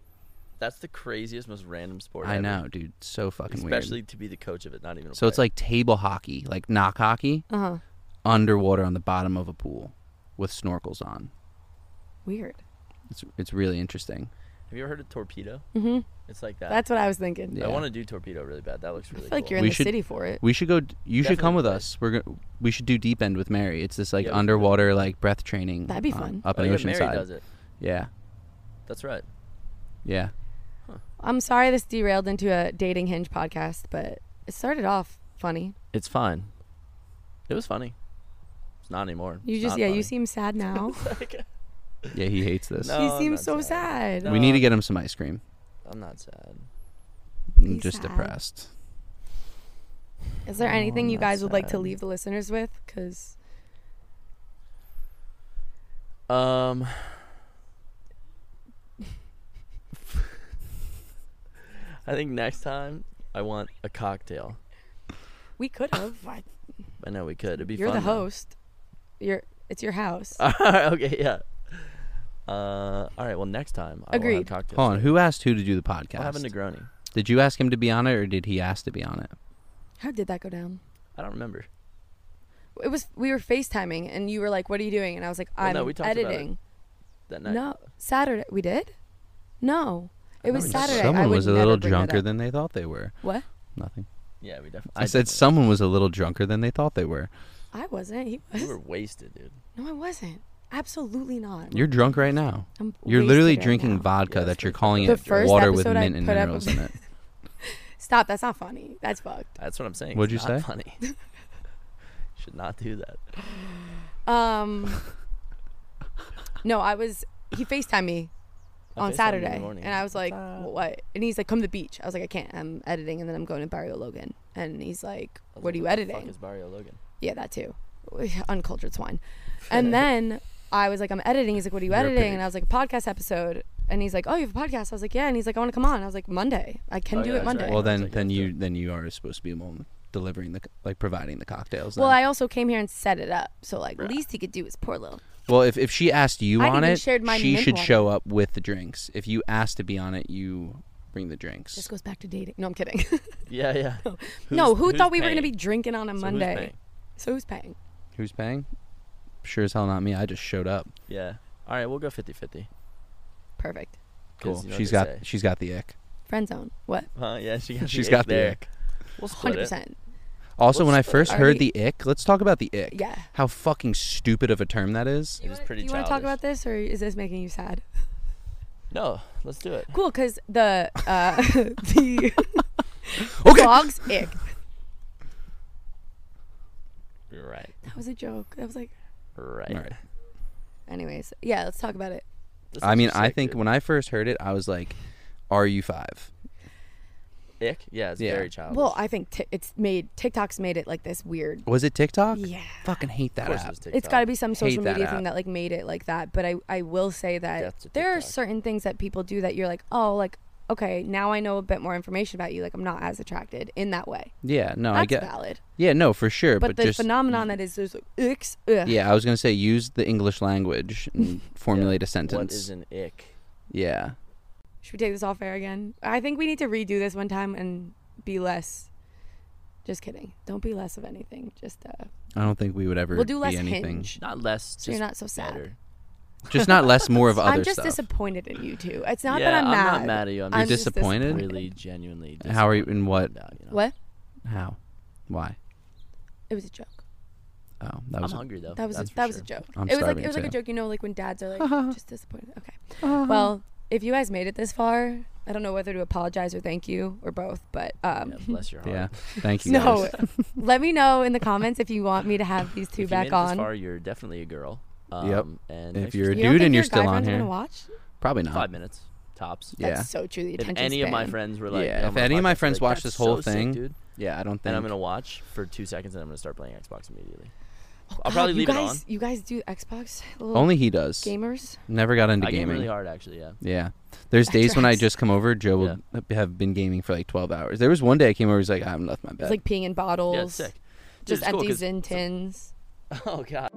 [SPEAKER 2] that's the craziest, most random sport.
[SPEAKER 4] I
[SPEAKER 2] ever.
[SPEAKER 4] know, dude. So fucking
[SPEAKER 2] especially
[SPEAKER 4] weird.
[SPEAKER 2] to be the coach of it, not even. a
[SPEAKER 4] So it's
[SPEAKER 2] player.
[SPEAKER 4] like table hockey, like knock hockey,
[SPEAKER 1] Uh huh.
[SPEAKER 4] underwater on the bottom of a pool with snorkels on.
[SPEAKER 1] Weird.
[SPEAKER 4] It's it's really interesting.
[SPEAKER 2] have you ever heard of torpedo?
[SPEAKER 1] Mm-hmm.
[SPEAKER 2] It's like that.
[SPEAKER 1] That's what I was thinking.
[SPEAKER 4] Yeah.
[SPEAKER 2] I want to do torpedo really bad. That looks really.
[SPEAKER 1] I feel like
[SPEAKER 2] cool.
[SPEAKER 1] you're in
[SPEAKER 4] We
[SPEAKER 1] the
[SPEAKER 4] should-
[SPEAKER 1] city for it.
[SPEAKER 4] We should go. d- You should come
[SPEAKER 2] Definitely
[SPEAKER 4] with
[SPEAKER 2] play.
[SPEAKER 4] us. We're gonna. We should do deep end with Mary. It's this like
[SPEAKER 2] Yeah, we should do it.
[SPEAKER 4] underwater like breath training.
[SPEAKER 1] That'd be
[SPEAKER 4] um,
[SPEAKER 1] fun.
[SPEAKER 4] up
[SPEAKER 2] oh,
[SPEAKER 4] in
[SPEAKER 2] yeah, Mary
[SPEAKER 4] Oceanside.
[SPEAKER 2] does it.
[SPEAKER 4] Yeah,
[SPEAKER 2] That's right.
[SPEAKER 4] yeah.
[SPEAKER 1] I'm sorry this derailed into a dating hinge podcast, but it started off funny.
[SPEAKER 2] It's fine. It was funny. It's not anymore.
[SPEAKER 1] You
[SPEAKER 2] It's
[SPEAKER 1] just
[SPEAKER 2] not
[SPEAKER 1] yeah, you
[SPEAKER 2] funny.
[SPEAKER 1] seem sad
[SPEAKER 2] *laughs*
[SPEAKER 1] now.
[SPEAKER 4] Yeah, he hates this.
[SPEAKER 2] No,
[SPEAKER 1] you
[SPEAKER 2] I'm
[SPEAKER 1] seem
[SPEAKER 2] not
[SPEAKER 1] so sad.
[SPEAKER 2] No.
[SPEAKER 4] We need to get him some ice cream.
[SPEAKER 2] I'm not sad.
[SPEAKER 4] I'm
[SPEAKER 1] He's
[SPEAKER 4] just
[SPEAKER 1] sad.
[SPEAKER 4] depressed.
[SPEAKER 1] Is there
[SPEAKER 4] Oh,
[SPEAKER 1] anything you
[SPEAKER 4] that's
[SPEAKER 1] guys would like to
[SPEAKER 4] sad.
[SPEAKER 1] leave the listeners with? Because
[SPEAKER 2] Um. *laughs* I think next time I want a cocktail.
[SPEAKER 1] we could have.
[SPEAKER 2] I know we could. It'd be
[SPEAKER 1] You're
[SPEAKER 2] fun. Uh,
[SPEAKER 1] the
[SPEAKER 2] though. *laughs*
[SPEAKER 1] host. You're it's your house.
[SPEAKER 2] okay, yeah. Uh, all right. Well, next time I will have
[SPEAKER 1] Agreed.
[SPEAKER 2] cocktails.
[SPEAKER 4] Hold on, who asked who to do the
[SPEAKER 2] I'll have a
[SPEAKER 4] podcast?
[SPEAKER 2] Negroni.
[SPEAKER 4] Did you ask him to be on it, or did he ask to be on it?
[SPEAKER 1] How did that go down?
[SPEAKER 2] I don't remember.
[SPEAKER 1] It was we were FaceTiming and you were like, "What are you doing?" And I was like,
[SPEAKER 2] Well,
[SPEAKER 1] "I'm
[SPEAKER 2] no, we talked about it
[SPEAKER 1] editing."
[SPEAKER 2] That night.
[SPEAKER 1] No, Saturday we did. No, it was
[SPEAKER 2] we didn't.
[SPEAKER 1] Saturday. I
[SPEAKER 4] Someone
[SPEAKER 1] would
[SPEAKER 4] was a
[SPEAKER 1] never
[SPEAKER 4] little
[SPEAKER 1] bring that
[SPEAKER 4] drunker
[SPEAKER 1] up.
[SPEAKER 4] than they thought they were.
[SPEAKER 1] what?
[SPEAKER 4] Nothing.
[SPEAKER 2] Yeah, we definitely.
[SPEAKER 4] I, said someone was a little drunker than they thought they were.
[SPEAKER 1] I wasn't. He was.
[SPEAKER 2] we were wasted, dude.
[SPEAKER 1] No, I wasn't. Absolutely not.
[SPEAKER 4] You're drunk right now.
[SPEAKER 1] I'm
[SPEAKER 4] You're literally
[SPEAKER 1] wasted right
[SPEAKER 4] drinking
[SPEAKER 1] now.
[SPEAKER 4] vodka
[SPEAKER 2] Yeah,
[SPEAKER 4] that
[SPEAKER 2] that's
[SPEAKER 4] you're
[SPEAKER 2] pretty
[SPEAKER 4] calling
[SPEAKER 1] The
[SPEAKER 4] it
[SPEAKER 1] first
[SPEAKER 4] water with
[SPEAKER 1] episode I
[SPEAKER 4] mint and
[SPEAKER 1] put up
[SPEAKER 4] minerals
[SPEAKER 1] of-
[SPEAKER 4] in it.
[SPEAKER 1] Stop. That's not funny. That's fucked.
[SPEAKER 2] That's what I'm saying.
[SPEAKER 4] What'd
[SPEAKER 2] It's
[SPEAKER 4] you
[SPEAKER 2] not
[SPEAKER 4] say?
[SPEAKER 2] Funny.
[SPEAKER 4] *laughs*
[SPEAKER 2] *laughs* Should not do that.
[SPEAKER 1] Um. no, I was. He Facetime me
[SPEAKER 2] I
[SPEAKER 1] on
[SPEAKER 2] FaceTimed you in the
[SPEAKER 1] Saturday,
[SPEAKER 2] morning.
[SPEAKER 1] and I was like,
[SPEAKER 2] What's up?
[SPEAKER 1] "What?" And he's like, "Come to the beach." I was like, "I can't. I'm editing, and then I'm going to Barrio Logan." And he's like,
[SPEAKER 2] I
[SPEAKER 1] "What
[SPEAKER 2] was like,
[SPEAKER 1] are you
[SPEAKER 2] the fuck
[SPEAKER 1] editing?"
[SPEAKER 2] is Barrio Logan? *laughs*
[SPEAKER 1] Yeah, that too. *laughs* Uncultured swine. And then I was like, I'm editing. He's like, What are you
[SPEAKER 4] You're a
[SPEAKER 1] editing?
[SPEAKER 4] pig.
[SPEAKER 1] And I was like, A podcast episode. And he's like, Oh, you have a podcast? I was like, Yeah. And he's like, I want to come on. I was like, Monday. I can
[SPEAKER 2] Oh,
[SPEAKER 1] do
[SPEAKER 2] yeah,
[SPEAKER 1] it
[SPEAKER 2] that's right.
[SPEAKER 1] Monday.
[SPEAKER 4] Well,
[SPEAKER 1] Well,
[SPEAKER 2] That's
[SPEAKER 4] then,
[SPEAKER 2] like
[SPEAKER 4] then
[SPEAKER 2] after.
[SPEAKER 4] you then you are supposed to be the one delivering the c- like providing the cocktails. then.
[SPEAKER 1] I also came here and set it up. So, like, least he could do is poor little.
[SPEAKER 4] Well, if, if she asked you
[SPEAKER 1] I
[SPEAKER 4] on
[SPEAKER 1] even
[SPEAKER 4] it,
[SPEAKER 1] shared my
[SPEAKER 4] she
[SPEAKER 1] mint
[SPEAKER 4] should
[SPEAKER 1] water.
[SPEAKER 4] show up with the drinks. If you asked to be on it, you bring the drinks.
[SPEAKER 1] This goes back to dating. No, I'm kidding. *laughs*
[SPEAKER 2] Yeah, yeah. *laughs*
[SPEAKER 1] no,
[SPEAKER 2] Who's-
[SPEAKER 1] who
[SPEAKER 2] who's
[SPEAKER 1] thought we were going to be
[SPEAKER 2] paying?
[SPEAKER 1] drinking on a
[SPEAKER 2] So who's
[SPEAKER 1] Monday?
[SPEAKER 2] paying?
[SPEAKER 1] So, who's paying?
[SPEAKER 4] Who's paying? Sure as hell not me. I just showed up.
[SPEAKER 2] Yeah. All right, we'll go 50-50.
[SPEAKER 1] Perfect.
[SPEAKER 2] 'cause
[SPEAKER 4] Cool.
[SPEAKER 2] you know what
[SPEAKER 4] she's
[SPEAKER 2] they
[SPEAKER 4] got
[SPEAKER 2] say.
[SPEAKER 4] she's got the ick.
[SPEAKER 1] Friend zone. What?
[SPEAKER 2] *laughs* Huh? Yeah, she got.
[SPEAKER 4] *laughs* She's
[SPEAKER 2] the
[SPEAKER 4] got
[SPEAKER 2] ick
[SPEAKER 4] the
[SPEAKER 2] there.
[SPEAKER 4] ick.
[SPEAKER 2] We'll split it.
[SPEAKER 1] 100%.
[SPEAKER 4] Also, when I
[SPEAKER 2] What's-
[SPEAKER 4] first
[SPEAKER 1] Are
[SPEAKER 4] heard
[SPEAKER 1] we-
[SPEAKER 4] the ick, let's talk about the ick.
[SPEAKER 1] Yeah.
[SPEAKER 4] How fucking stupid of a term that is.
[SPEAKER 2] It is pretty.
[SPEAKER 1] Do you want to talk
[SPEAKER 2] childish.
[SPEAKER 1] about this or is this making you sad?
[SPEAKER 2] No, let's do it.
[SPEAKER 1] Cool, because the, uh, *laughs* the
[SPEAKER 4] *laughs* Okay.
[SPEAKER 1] dog's ick.
[SPEAKER 2] Right.
[SPEAKER 1] That was a joke. That was like,
[SPEAKER 2] Right.
[SPEAKER 4] All right.
[SPEAKER 1] anyways, yeah, let's talk about it.
[SPEAKER 2] This
[SPEAKER 4] I
[SPEAKER 2] is
[SPEAKER 4] mean,
[SPEAKER 2] sick,
[SPEAKER 4] I think
[SPEAKER 2] dude.
[SPEAKER 4] when I first heard it, I was like, "Are you five?
[SPEAKER 2] ick, yeah, it's
[SPEAKER 4] Yeah.
[SPEAKER 2] very childish.
[SPEAKER 1] Well, I think ti it's made TikTok's made it like this weird.
[SPEAKER 4] Was it TikTok?
[SPEAKER 1] Yeah.
[SPEAKER 4] Fucking hate that
[SPEAKER 2] course
[SPEAKER 4] app.
[SPEAKER 2] it's
[SPEAKER 1] It's got to be some social
[SPEAKER 4] that
[SPEAKER 1] media
[SPEAKER 4] app.
[SPEAKER 1] thing that like made it like that. But I I will say that
[SPEAKER 2] Death to
[SPEAKER 1] there are
[SPEAKER 2] TikTok.
[SPEAKER 1] certain things that people do that you're like, oh, like okay, now I know a bit more information about you. Like I'm not as attracted in that way.
[SPEAKER 4] Yeah. No,
[SPEAKER 1] That's
[SPEAKER 4] I get.
[SPEAKER 1] valid.
[SPEAKER 4] Yeah. No, for sure.
[SPEAKER 1] But,
[SPEAKER 4] But,
[SPEAKER 1] the
[SPEAKER 4] just
[SPEAKER 1] phenomenon that is there's like icks, ugh.
[SPEAKER 4] yeah, I was gonna say use the English language and formulate a sentence.
[SPEAKER 2] What is an ick?
[SPEAKER 4] Yeah.
[SPEAKER 1] Should we take this off air again? I think we need to redo this one time and be less. Just kidding. Don't be less of anything. Just uh,
[SPEAKER 4] I don't think we would ever
[SPEAKER 1] we'll do less
[SPEAKER 4] be anything.
[SPEAKER 1] hinge.
[SPEAKER 2] Not less.
[SPEAKER 1] So you're not so sad.
[SPEAKER 2] better.
[SPEAKER 4] Just not less, more of other
[SPEAKER 1] *laughs* I'm just
[SPEAKER 4] stuff.
[SPEAKER 1] disappointed in you two. It's not
[SPEAKER 2] yeah,
[SPEAKER 1] that I'm, mad.
[SPEAKER 2] not mad at you. I'm,
[SPEAKER 1] I'm
[SPEAKER 2] just
[SPEAKER 1] just
[SPEAKER 4] disappointed?
[SPEAKER 2] really genuinely. Disappointed
[SPEAKER 4] How are you- in what?
[SPEAKER 2] now, you know?
[SPEAKER 1] What?
[SPEAKER 4] How? Why?
[SPEAKER 1] It was a joke.
[SPEAKER 4] Oh, that
[SPEAKER 2] I'm
[SPEAKER 4] was. a-
[SPEAKER 2] hungry though.
[SPEAKER 1] That was a,
[SPEAKER 2] That's
[SPEAKER 1] that
[SPEAKER 2] for
[SPEAKER 1] was a
[SPEAKER 2] sure.
[SPEAKER 1] joke.
[SPEAKER 4] I'm
[SPEAKER 1] it was like
[SPEAKER 4] starving,
[SPEAKER 1] it was like a
[SPEAKER 4] too.
[SPEAKER 1] joke, you know, like when dads are like just disappointed. Okay. Well, if you guys made it this far, I don't know whether to apologize or thank you or both, but um
[SPEAKER 2] Yeah, bless
[SPEAKER 4] *laughs*
[SPEAKER 2] your heart.
[SPEAKER 4] *laughs* yeah. Thank you.
[SPEAKER 1] *laughs* no.
[SPEAKER 4] guys.
[SPEAKER 1] let me know in the comments if you want me to have these two
[SPEAKER 2] If
[SPEAKER 1] back
[SPEAKER 2] you made it
[SPEAKER 1] on.
[SPEAKER 2] This far, you're definitely a girl. Um,
[SPEAKER 4] Yep.
[SPEAKER 2] And
[SPEAKER 4] If
[SPEAKER 2] thanks for
[SPEAKER 4] you're
[SPEAKER 1] you don't
[SPEAKER 2] staying.
[SPEAKER 4] a Dude,
[SPEAKER 1] think
[SPEAKER 4] and
[SPEAKER 1] your
[SPEAKER 4] you're still
[SPEAKER 1] guy
[SPEAKER 4] on
[SPEAKER 1] friends are
[SPEAKER 4] here.
[SPEAKER 1] gonna watch?
[SPEAKER 4] Probably not.
[SPEAKER 2] five minutes tops.
[SPEAKER 4] Yeah.
[SPEAKER 1] That's so true. The
[SPEAKER 2] If
[SPEAKER 1] attention
[SPEAKER 2] any
[SPEAKER 1] span.
[SPEAKER 2] of my friends were like,
[SPEAKER 4] Yeah,
[SPEAKER 2] "Oh,
[SPEAKER 4] if
[SPEAKER 2] my
[SPEAKER 4] any of
[SPEAKER 2] podcast,"
[SPEAKER 4] my
[SPEAKER 2] I'd be
[SPEAKER 4] friends
[SPEAKER 2] like,
[SPEAKER 4] watch
[SPEAKER 2] "That's
[SPEAKER 4] this whole
[SPEAKER 2] so sick,
[SPEAKER 4] thing,
[SPEAKER 2] dude,
[SPEAKER 4] Yeah, I don't think.
[SPEAKER 2] and I'm gonna watch for two seconds, and I'm gonna start playing Xbox immediately.
[SPEAKER 1] Oh, *gasps*
[SPEAKER 2] I'll
[SPEAKER 1] God,
[SPEAKER 2] probably
[SPEAKER 1] you
[SPEAKER 2] leave it
[SPEAKER 1] guys,
[SPEAKER 2] on.
[SPEAKER 1] You guys do Xbox? Little
[SPEAKER 4] *laughs* Only he does.
[SPEAKER 1] gamers.
[SPEAKER 4] Never got into
[SPEAKER 2] I game
[SPEAKER 4] gaming.
[SPEAKER 2] really hard, actually. Yeah.
[SPEAKER 4] Yeah. There's days when I
[SPEAKER 1] tracks.
[SPEAKER 4] just come over, Joe will have been gaming for like 12 hours. There was one day I came over, he's like, I haven't left my bed.
[SPEAKER 1] It's like peeing in
[SPEAKER 2] Yeah, it's
[SPEAKER 1] bottles.
[SPEAKER 2] sick. Dude,
[SPEAKER 1] Just
[SPEAKER 2] it's cool
[SPEAKER 1] empties
[SPEAKER 2] 'cause-
[SPEAKER 1] in tins.
[SPEAKER 2] *laughs* Oh god.